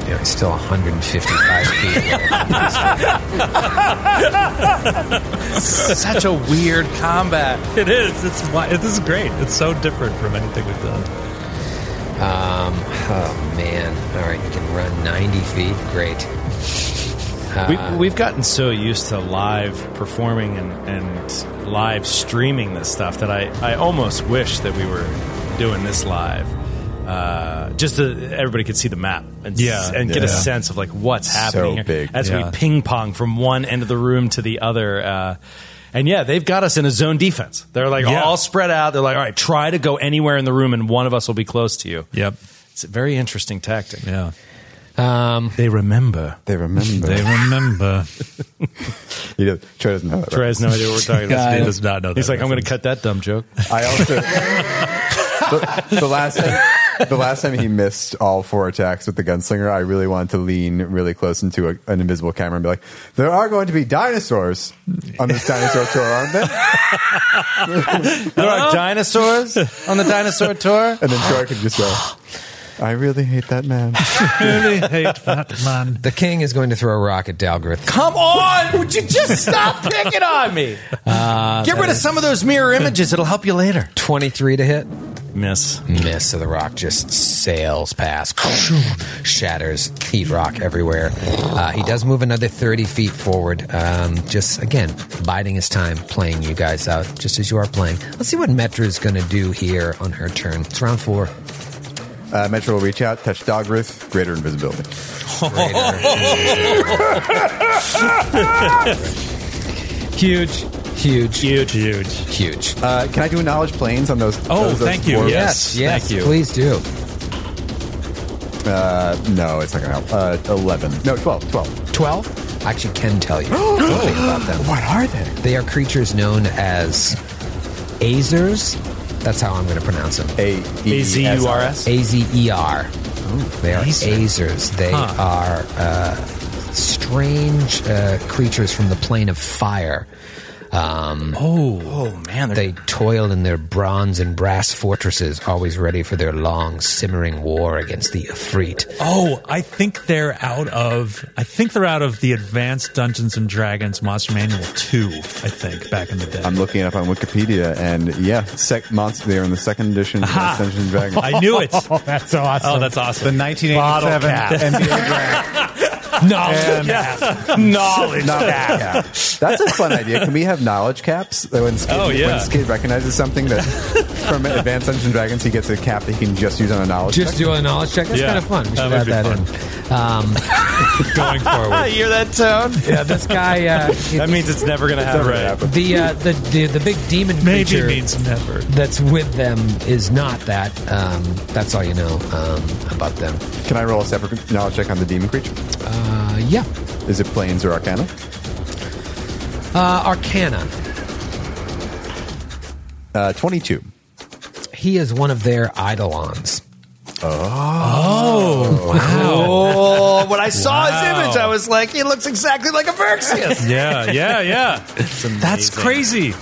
Speaker 4: You know, he's still 155 feet. away.
Speaker 11: Such a weird combat.
Speaker 6: It is. It's wi- this is great. It's so different from anything we've done.
Speaker 4: Um, oh man! All right, you can run 90 feet. Great.
Speaker 6: Uh,
Speaker 3: We, we've gotten so used to live performing and, and live streaming this stuff that I, I almost wish that we were doing this live. Uh, just so that everybody could see the map and,
Speaker 6: Yeah.
Speaker 3: and get
Speaker 7: Yeah.
Speaker 3: a sense of like what's happening here
Speaker 7: big,
Speaker 3: as
Speaker 7: yeah.
Speaker 3: we ping pong from one end of the room to the other. Uh, and yeah, they've got us in a zone defense. They're like
Speaker 6: Yeah.
Speaker 3: all spread out. They're like, all right, try to go anywhere in the room, and one of us will be close to you.
Speaker 6: Yep.
Speaker 3: It's a very interesting tactic.
Speaker 6: Yeah.
Speaker 4: Um,
Speaker 3: They remember.
Speaker 7: They remember.
Speaker 6: They remember.
Speaker 7: You know, Troy doesn't know that.
Speaker 3: Trey has no idea what we're talking about.
Speaker 6: he does not know.
Speaker 3: He's
Speaker 6: that
Speaker 3: like, I'm going to cut
Speaker 6: reference.
Speaker 3: that dumb joke.
Speaker 7: I also the, the last time, the last time he missed all four attacks with the gunslinger, I really wanted to lean really close into a, an invisible camera and be like, "There are going to be dinosaurs on this dinosaur tour, aren't there?"
Speaker 3: There are dinosaurs on the dinosaur tour.
Speaker 7: And then Troy could just go, "I really hate that man."
Speaker 6: really hate that man.
Speaker 4: the king is going to throw a rock at Dalgrith.
Speaker 3: Come on! Would you just stop picking on me? Get rid of some of those mirror images. It'll help you later.
Speaker 4: 23 to hit.
Speaker 3: Miss.
Speaker 4: Miss, so the rock just sails past, shatters, heat rock everywhere. Uh, he does move another 30 feet forward, um, just again, biding his time, playing you guys out, just as you are playing. Let's see what Metra is going to do here on her turn. It's round four.
Speaker 7: Uh, Metro will reach out, touch Dogruth, greater invisibility.
Speaker 4: Huge, huge,
Speaker 6: Huge, huge.
Speaker 4: huge.
Speaker 7: Uh, can I do a knowledge planes on those?
Speaker 6: Oh,
Speaker 7: those- those
Speaker 6: thank you.
Speaker 7: dwarves?
Speaker 6: Yes,
Speaker 4: yes,
Speaker 6: thank you.
Speaker 4: please do.
Speaker 7: Uh, no, it's not gonna help. Uh, Eleven. No, twelve. Twelve.
Speaker 4: 12? I actually can tell you something about them.
Speaker 7: What are they?
Speaker 4: They are creatures known as Azers. That's how I'm going to pronounce them.
Speaker 7: A E S R.
Speaker 4: A Z E R. They are Azers. They are uh, strange uh, creatures from the plane of fire. Um,
Speaker 3: Oh man,
Speaker 4: they toil in their bronze and brass fortresses, always ready for their long, simmering war against the Efreet.
Speaker 6: Oh, I think they're out of. I think they're out of the Advanced Dungeons and Dragons Monster Manual two. I think back in the day.
Speaker 7: I'm looking it up on Wikipedia, and yeah, sec- monster. They are in the second edition of Dungeons and Dragons.
Speaker 6: I knew it. that's awesome. Oh, that's awesome.
Speaker 5: The 1987 NBA draft.
Speaker 6: knowledge cap.
Speaker 7: Knowledge
Speaker 6: knowledge cap.
Speaker 7: cap. That's a fun idea. Can we have knowledge caps? That When Skid,
Speaker 6: Oh, yeah.
Speaker 7: when Skid recognizes something that from Advanced Dungeons and Dragons, he gets a cap that he can just use on a knowledge.
Speaker 4: Just
Speaker 7: check.
Speaker 4: do a knowledge check. That's
Speaker 6: Yeah,
Speaker 4: kind of fun. We should
Speaker 6: that would be
Speaker 4: add that in. Um,
Speaker 6: Going forward.
Speaker 3: hear that tone?
Speaker 4: yeah, this guy. Uh,
Speaker 3: That means it's never going to happen.
Speaker 4: the, uh, the the the big demon
Speaker 6: Maybe
Speaker 4: creature
Speaker 6: means never.
Speaker 4: that's with them is not that. Um, that's all you know um, about them.
Speaker 7: Can I roll a separate knowledge check on the demon creature?
Speaker 4: Uh, yeah,
Speaker 7: Is it planes or arcana?
Speaker 4: uh, Arcana.
Speaker 7: Uh, Twenty-two.
Speaker 4: He is one of their eidolons.
Speaker 11: Oh, when I saw his image, I was like, he looks exactly like a Verxius.
Speaker 6: Yeah, yeah, yeah. That's crazy.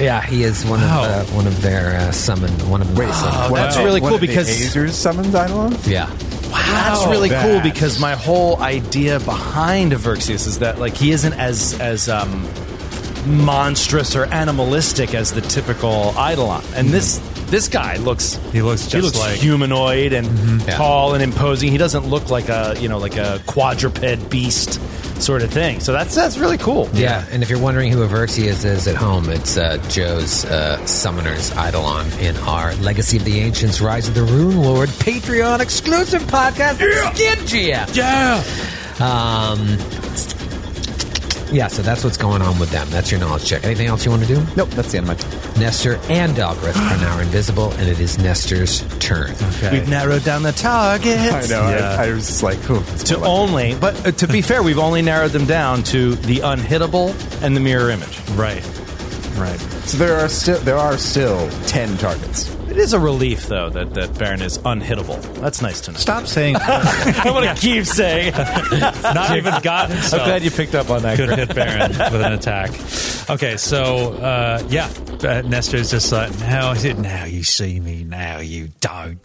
Speaker 4: Yeah, he is one
Speaker 6: Wow.
Speaker 4: of uh, one of their uh, summoned one of their summoned.
Speaker 3: that's really
Speaker 7: one
Speaker 3: cool
Speaker 7: of the
Speaker 3: because-
Speaker 7: Azers summoned Eidolon.
Speaker 4: Yeah,
Speaker 3: That's really cool because my whole idea behind Averxius is that like he isn't as as um, monstrous or animalistic as the typical Eidolon, and this this guy looks
Speaker 6: He looks just
Speaker 3: he looks
Speaker 6: like-
Speaker 3: humanoid and
Speaker 4: Yeah.
Speaker 3: tall and imposing. He doesn't look like a you know like a quadruped beast. sort of thing. So that's that's really cool.
Speaker 4: Yeah, and if you're wondering who Averxius is at home, it's uh, Joe's uh, Summoner's Eidolon in our Legacy of the Ancients Rise of the Rune Lord Patreon exclusive podcast, Skin GM.
Speaker 9: Yeah.
Speaker 4: Um, yeah, so that's what's going on with them. That's your knowledge check. Anything else you want to do?
Speaker 7: Nope, that's the end of my.
Speaker 4: Nestor and Algareth are now invisible, and it is Nestor's turn.
Speaker 9: We've narrowed down the target.
Speaker 7: I know. I, I was just like, ooh, it's
Speaker 3: To
Speaker 7: more like-
Speaker 3: only, but uh, to be fair, we've only narrowed them down to the unhittable and the mirror image.
Speaker 6: Right. Right.
Speaker 7: so there are still there are still ten targets.
Speaker 3: It is a relief, though, that, that Baron is unhittable. That's nice to know.
Speaker 5: Stop saying that.
Speaker 3: I want to keep saying.
Speaker 6: Not even gotten.
Speaker 3: I'm glad you picked up on that.
Speaker 6: Good hit Baron with an attack. Okay, so uh, yeah, uh, Nestor's just like, now, now you see me, now you don't.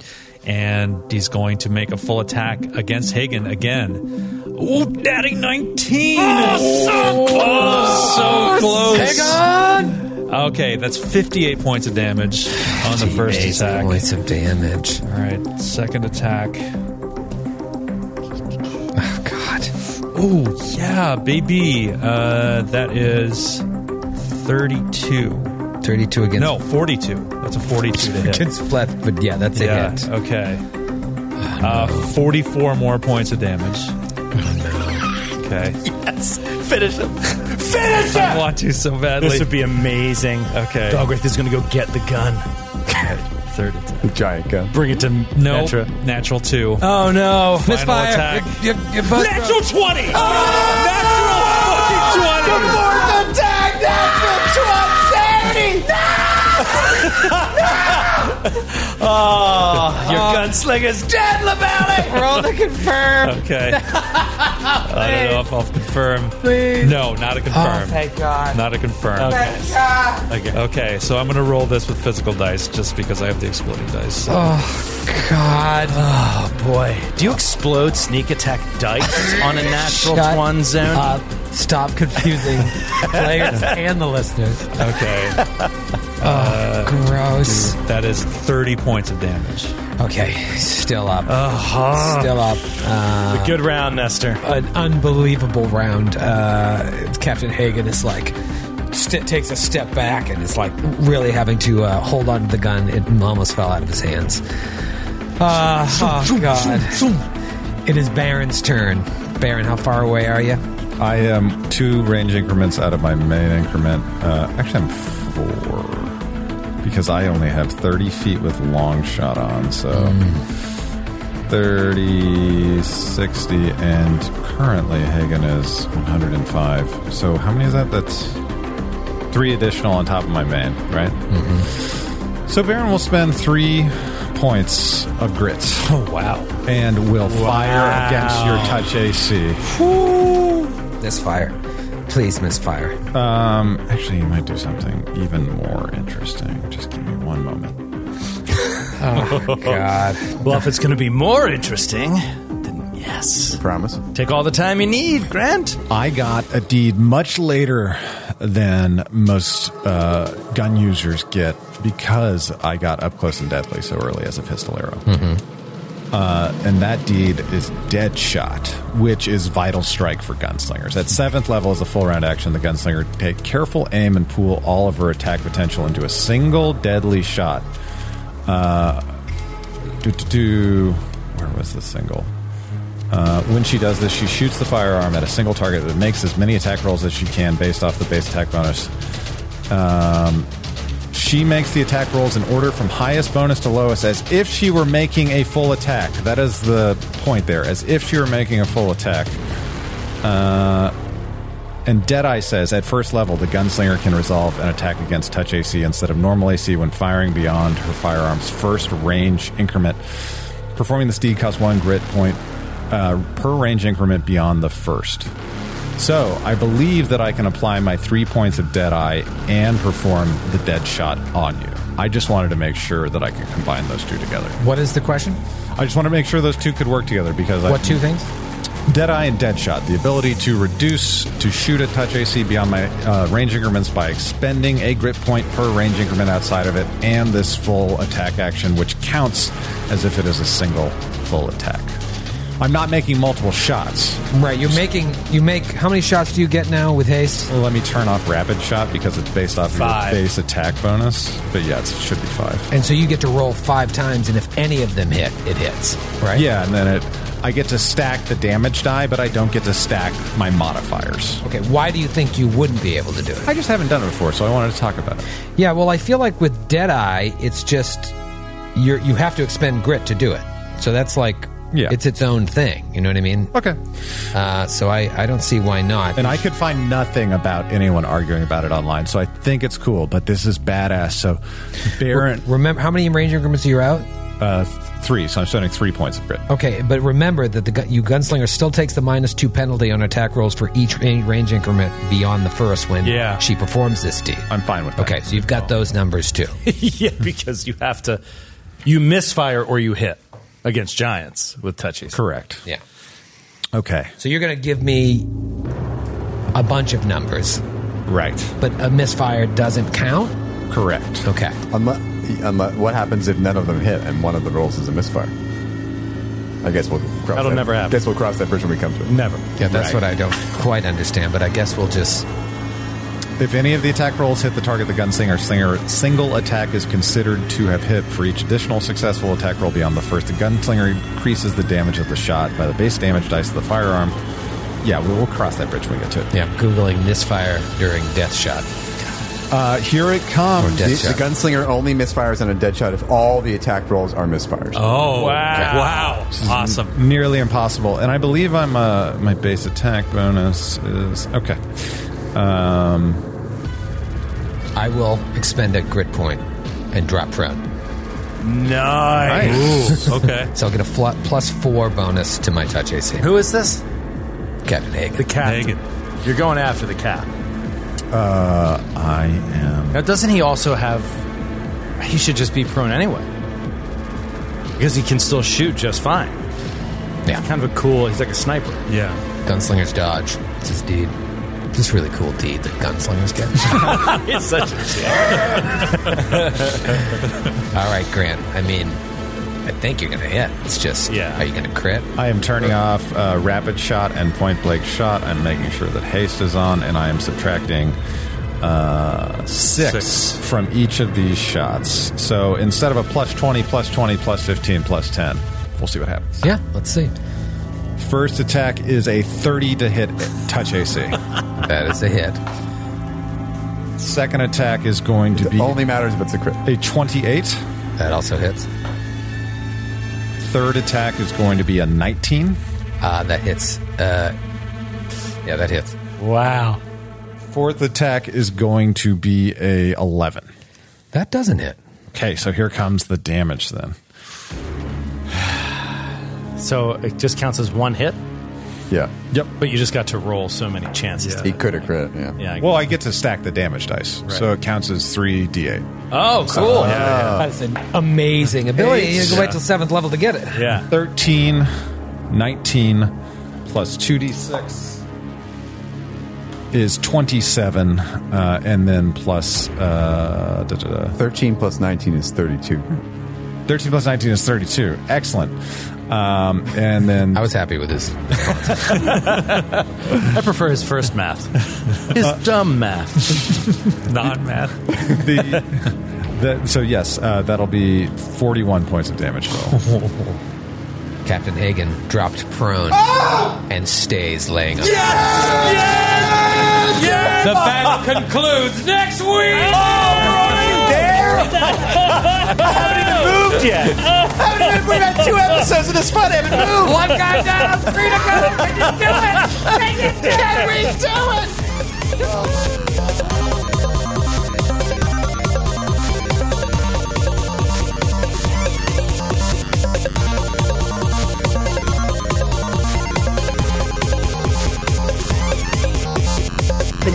Speaker 6: And he's going to make a full attack against Hagen again. Ooh, daddy 19! Oh, so close! Okay, that's 58 points of damage on the first
Speaker 4: Amazing
Speaker 6: attack.
Speaker 4: Points of damage.
Speaker 6: All right, second attack.
Speaker 4: Oh, God.
Speaker 6: Ooh, Oh, yeah, baby. Uh, that is 32.
Speaker 4: 32 against.
Speaker 6: No, 42. That's a 42 to hit.
Speaker 4: Against Fleth, but yeah, that's a
Speaker 6: yeah,
Speaker 4: hit.
Speaker 6: okay. Uh, 44 more points of damage. Okay.
Speaker 3: Finish him. Finish him.
Speaker 6: I want to so badly.
Speaker 3: This would be amazing.
Speaker 6: Okay.
Speaker 3: Dogrith is going to go get the gun.
Speaker 6: third attack.
Speaker 7: The giant gun.
Speaker 3: Bring it to
Speaker 6: No,
Speaker 3: Netra.
Speaker 6: natural two.
Speaker 3: Oh, no.
Speaker 6: Misfire. attack.
Speaker 4: You're, you're, you're both
Speaker 3: Natural 20. Oh!
Speaker 6: Natural fucking 20!
Speaker 3: Your gunslinger's dead, LaBelle.
Speaker 4: roll to confirm.
Speaker 6: Okay. I don't know if I'll confirm. No, not a confirm.
Speaker 4: Oh,
Speaker 3: Oh.
Speaker 4: God.
Speaker 6: Not a confirm. Okay. Okay. so I'm going to roll this with physical dice just because I have the exploding dice.
Speaker 4: Oh. God.
Speaker 3: Boy, do you explode sneak attack dice on a natural
Speaker 4: Shut
Speaker 3: one zone?
Speaker 4: Up. Stop confusing players and the listeners.
Speaker 6: Okay.
Speaker 4: Gross.
Speaker 6: that is 30 points of damage.
Speaker 4: Okay, still up. Still up. Uh,
Speaker 3: Good round, Nestor.
Speaker 4: an unbelievable round. Uh, Captain Hagen is like. St- takes a step back and is like really having to uh, hold on to the gun. It almost fell out of his hands. Uh, oh, God. It is Baron's turn. Baron, how far away are you?
Speaker 5: I am two range increments out of my main increment. Uh, actually, I'm four because I only have 30 feet with long shot on. So Hmm. 30, 60, and currently Hagen is 105. So how many is that? That's three additional on top of my main, right? So Baron will spend three points of grit. Oh, wow. And will fire against your touch AC.
Speaker 4: This fire. Please misfire.
Speaker 5: Um, actually, you might do something even more interesting. Just give me one moment.
Speaker 4: God.
Speaker 3: Well, if it's going to be more interesting, then yes.
Speaker 7: Promise.
Speaker 3: Take all the time you need, Grant.
Speaker 5: I got a deed much later than most uh, gun users get because I got up close and deadly so early as a pistol arrow. Uh, and that deed is dead shot, which is vital strike for gunslingers. At seventh level is a full round action. The gunslinger take careful aim and pool all of her attack potential into a single deadly shot. Uh, do, do, do. Where was the single? Uh, when she does this, she shoots the firearm at a single target that makes as many attack rolls as she can based off the base attack bonus. Um, she makes the attack rolls in order from highest bonus to lowest as if she were making a full attack. That is the point there, as if she were making a full attack. Uh, and Deadeye says at first level, the gunslinger can resolve an attack against touch AC instead of normal AC when firing beyond her firearm's first range increment. Performing this deed costs one grit point uh, per range increment beyond the first. So I believe that I can apply my three points of Deadeye and perform the dead shot on you. I just wanted to make sure that I could combine those two together.
Speaker 4: What is the question?
Speaker 5: I just want to make sure those two could work together because I,
Speaker 4: What two things?
Speaker 5: Deadeye and Deadshot, the ability to reduce to shoot at touch AC beyond my uh, range increments by expending a grit point per range increment outside of it, and this full attack action, which counts as if it is a single full attack. I'm not making multiple shots.
Speaker 4: Right, you're making you make how many shots do you get now with haste?
Speaker 5: Well, let me turn off rapid shot because it's based off
Speaker 3: Five.
Speaker 5: your base attack bonus. But yeah, it should be five.
Speaker 4: And so you get to roll five times, and if any of them hit, it hits. Right?
Speaker 5: Yeah, and then it I get to stack the damage die, but I don't get to stack my modifiers.
Speaker 4: Okay. Why do you think you wouldn't be able to do it?
Speaker 5: I just haven't done it before, so I wanted to talk about it.
Speaker 4: Yeah. Well, I feel like with Deadeye, it's just you you have to expend grit to do it. So that's like
Speaker 5: Yeah.
Speaker 4: it's its own thing. You know what I mean?
Speaker 5: Okay.
Speaker 4: Uh, so I I don't see why not.
Speaker 5: And I could find nothing about anyone arguing about it online, so I think it's cool, but this is badass. So, Baron,
Speaker 4: remember how many range increments are you out?
Speaker 5: uh, three, so I'm spending three points of grit.
Speaker 4: Okay, but remember that the gu- you gunslinger still takes the minus two penalty on attack rolls for each ra- range increment beyond the first when
Speaker 3: Yeah.
Speaker 4: she performs this deed.
Speaker 5: I'm fine with that.
Speaker 4: Okay, so you've got those numbers too.
Speaker 3: yeah, because you have to, you misfire or you hit against giants with touchies.
Speaker 5: Correct.
Speaker 4: Yeah.
Speaker 5: Okay.
Speaker 4: So you're going to give me a bunch of numbers,
Speaker 5: Right.
Speaker 4: but a misfire doesn't count?
Speaker 5: Correct.
Speaker 4: Okay.
Speaker 7: Unless, unless, what happens if none of them hit and one of the rolls is a misfire? I guess we'll cross
Speaker 3: That'll
Speaker 7: that,
Speaker 3: never happen.
Speaker 7: Guess we'll cross that bridge when we come to it.
Speaker 3: Never.
Speaker 4: Yeah,
Speaker 5: Right.
Speaker 4: that's what I don't quite understand, but I guess we'll just.
Speaker 5: If any of the attack rolls hit the target, the gunslinger slinger single attack is considered to have hit. For each additional successful attack roll beyond the first, the gunslinger increases the damage of the shot by the base damage dice of the firearm. Yeah, we'll, we'll cross that bridge when we get to it.
Speaker 4: Yeah, I'm Googling misfire during death shot.
Speaker 5: Uh, here it comes.
Speaker 4: Or death
Speaker 7: The,
Speaker 4: shot.
Speaker 7: the gunslinger only misfires on a dead shot if all the attack rolls are misfires.
Speaker 6: Oh, wow. Wow. Awesome.
Speaker 5: Nearly impossible. And I believe I'm uh, my base attack bonus is okay. Um,
Speaker 4: I will expend a grit point and drop prone.
Speaker 3: Nice.
Speaker 6: Ooh, okay.
Speaker 4: So I'll get a fl- plus four bonus to my touch AC.
Speaker 3: Who is this?
Speaker 4: Captain Hagen.
Speaker 3: Captain.
Speaker 6: Hagen.
Speaker 3: You're going after the cap.
Speaker 5: uh, I am.
Speaker 3: Now, doesn't he also have? He should just be prone anyway, because he can still shoot just fine.
Speaker 4: Yeah.
Speaker 3: Kind of a cool. He's like a sniper.
Speaker 6: Yeah.
Speaker 4: Gunslinger's Dodge. It's his deed. This really cool deed that gunslingers get.
Speaker 3: He's such a
Speaker 4: All right, Grant. I mean, I think you're going to hit. It's just,
Speaker 6: Yeah.
Speaker 4: are you going to crit?
Speaker 5: I am turning off uh, rapid shot and point blank shot. I'm making sure that haste is on, and I am subtracting uh, six,
Speaker 6: Six.
Speaker 5: from each of these shots. So instead of a plus 20, plus 20, plus 15, plus 10, we'll see what happens.
Speaker 4: Yeah, let's see.
Speaker 5: First attack is a 30 to hit touch AC.
Speaker 4: That is a hit.
Speaker 5: Second attack is going to
Speaker 7: It
Speaker 5: be
Speaker 7: only matters if it's a crit.
Speaker 5: a 28.
Speaker 4: That also hits.
Speaker 5: Third attack is going to be a 19.
Speaker 4: Uh, that hits. Uh, yeah, that hits.
Speaker 6: Wow.
Speaker 5: Fourth attack is going to be a 11.
Speaker 4: That doesn't hit.
Speaker 5: Okay, so here comes the damage then.
Speaker 3: So it just counts as one hit,
Speaker 7: Yeah.
Speaker 5: Yep.
Speaker 3: but you just got to roll so many chances.
Speaker 7: He could have crit, yeah.
Speaker 3: Yeah. I-
Speaker 5: Well, I get to stack the damage dice, so it counts as three d8.
Speaker 3: oh, cool.
Speaker 4: That's an amazing ability. You can wait till seventh level to get it.
Speaker 3: yeah.
Speaker 5: 13, 19, plus 2d6 is 27, uh, and then plus uh, da, da, da.
Speaker 7: 13 plus 19 is 32.
Speaker 5: 13 plus 19 is 32. Excellent. Um, and then
Speaker 4: I was happy with this.
Speaker 3: I prefer his first math. His dumb math.
Speaker 6: Not math.
Speaker 5: the, the so yes, uh, that'll be 41 points of damage total.
Speaker 4: Captain Hagen dropped prone and stays laying on
Speaker 6: The battle concludes next week.
Speaker 11: We've had two episodes of this fun. I haven't moved.
Speaker 12: One guy down, three to go. Can you do it? Can you do it? Can we do it?
Speaker 13: The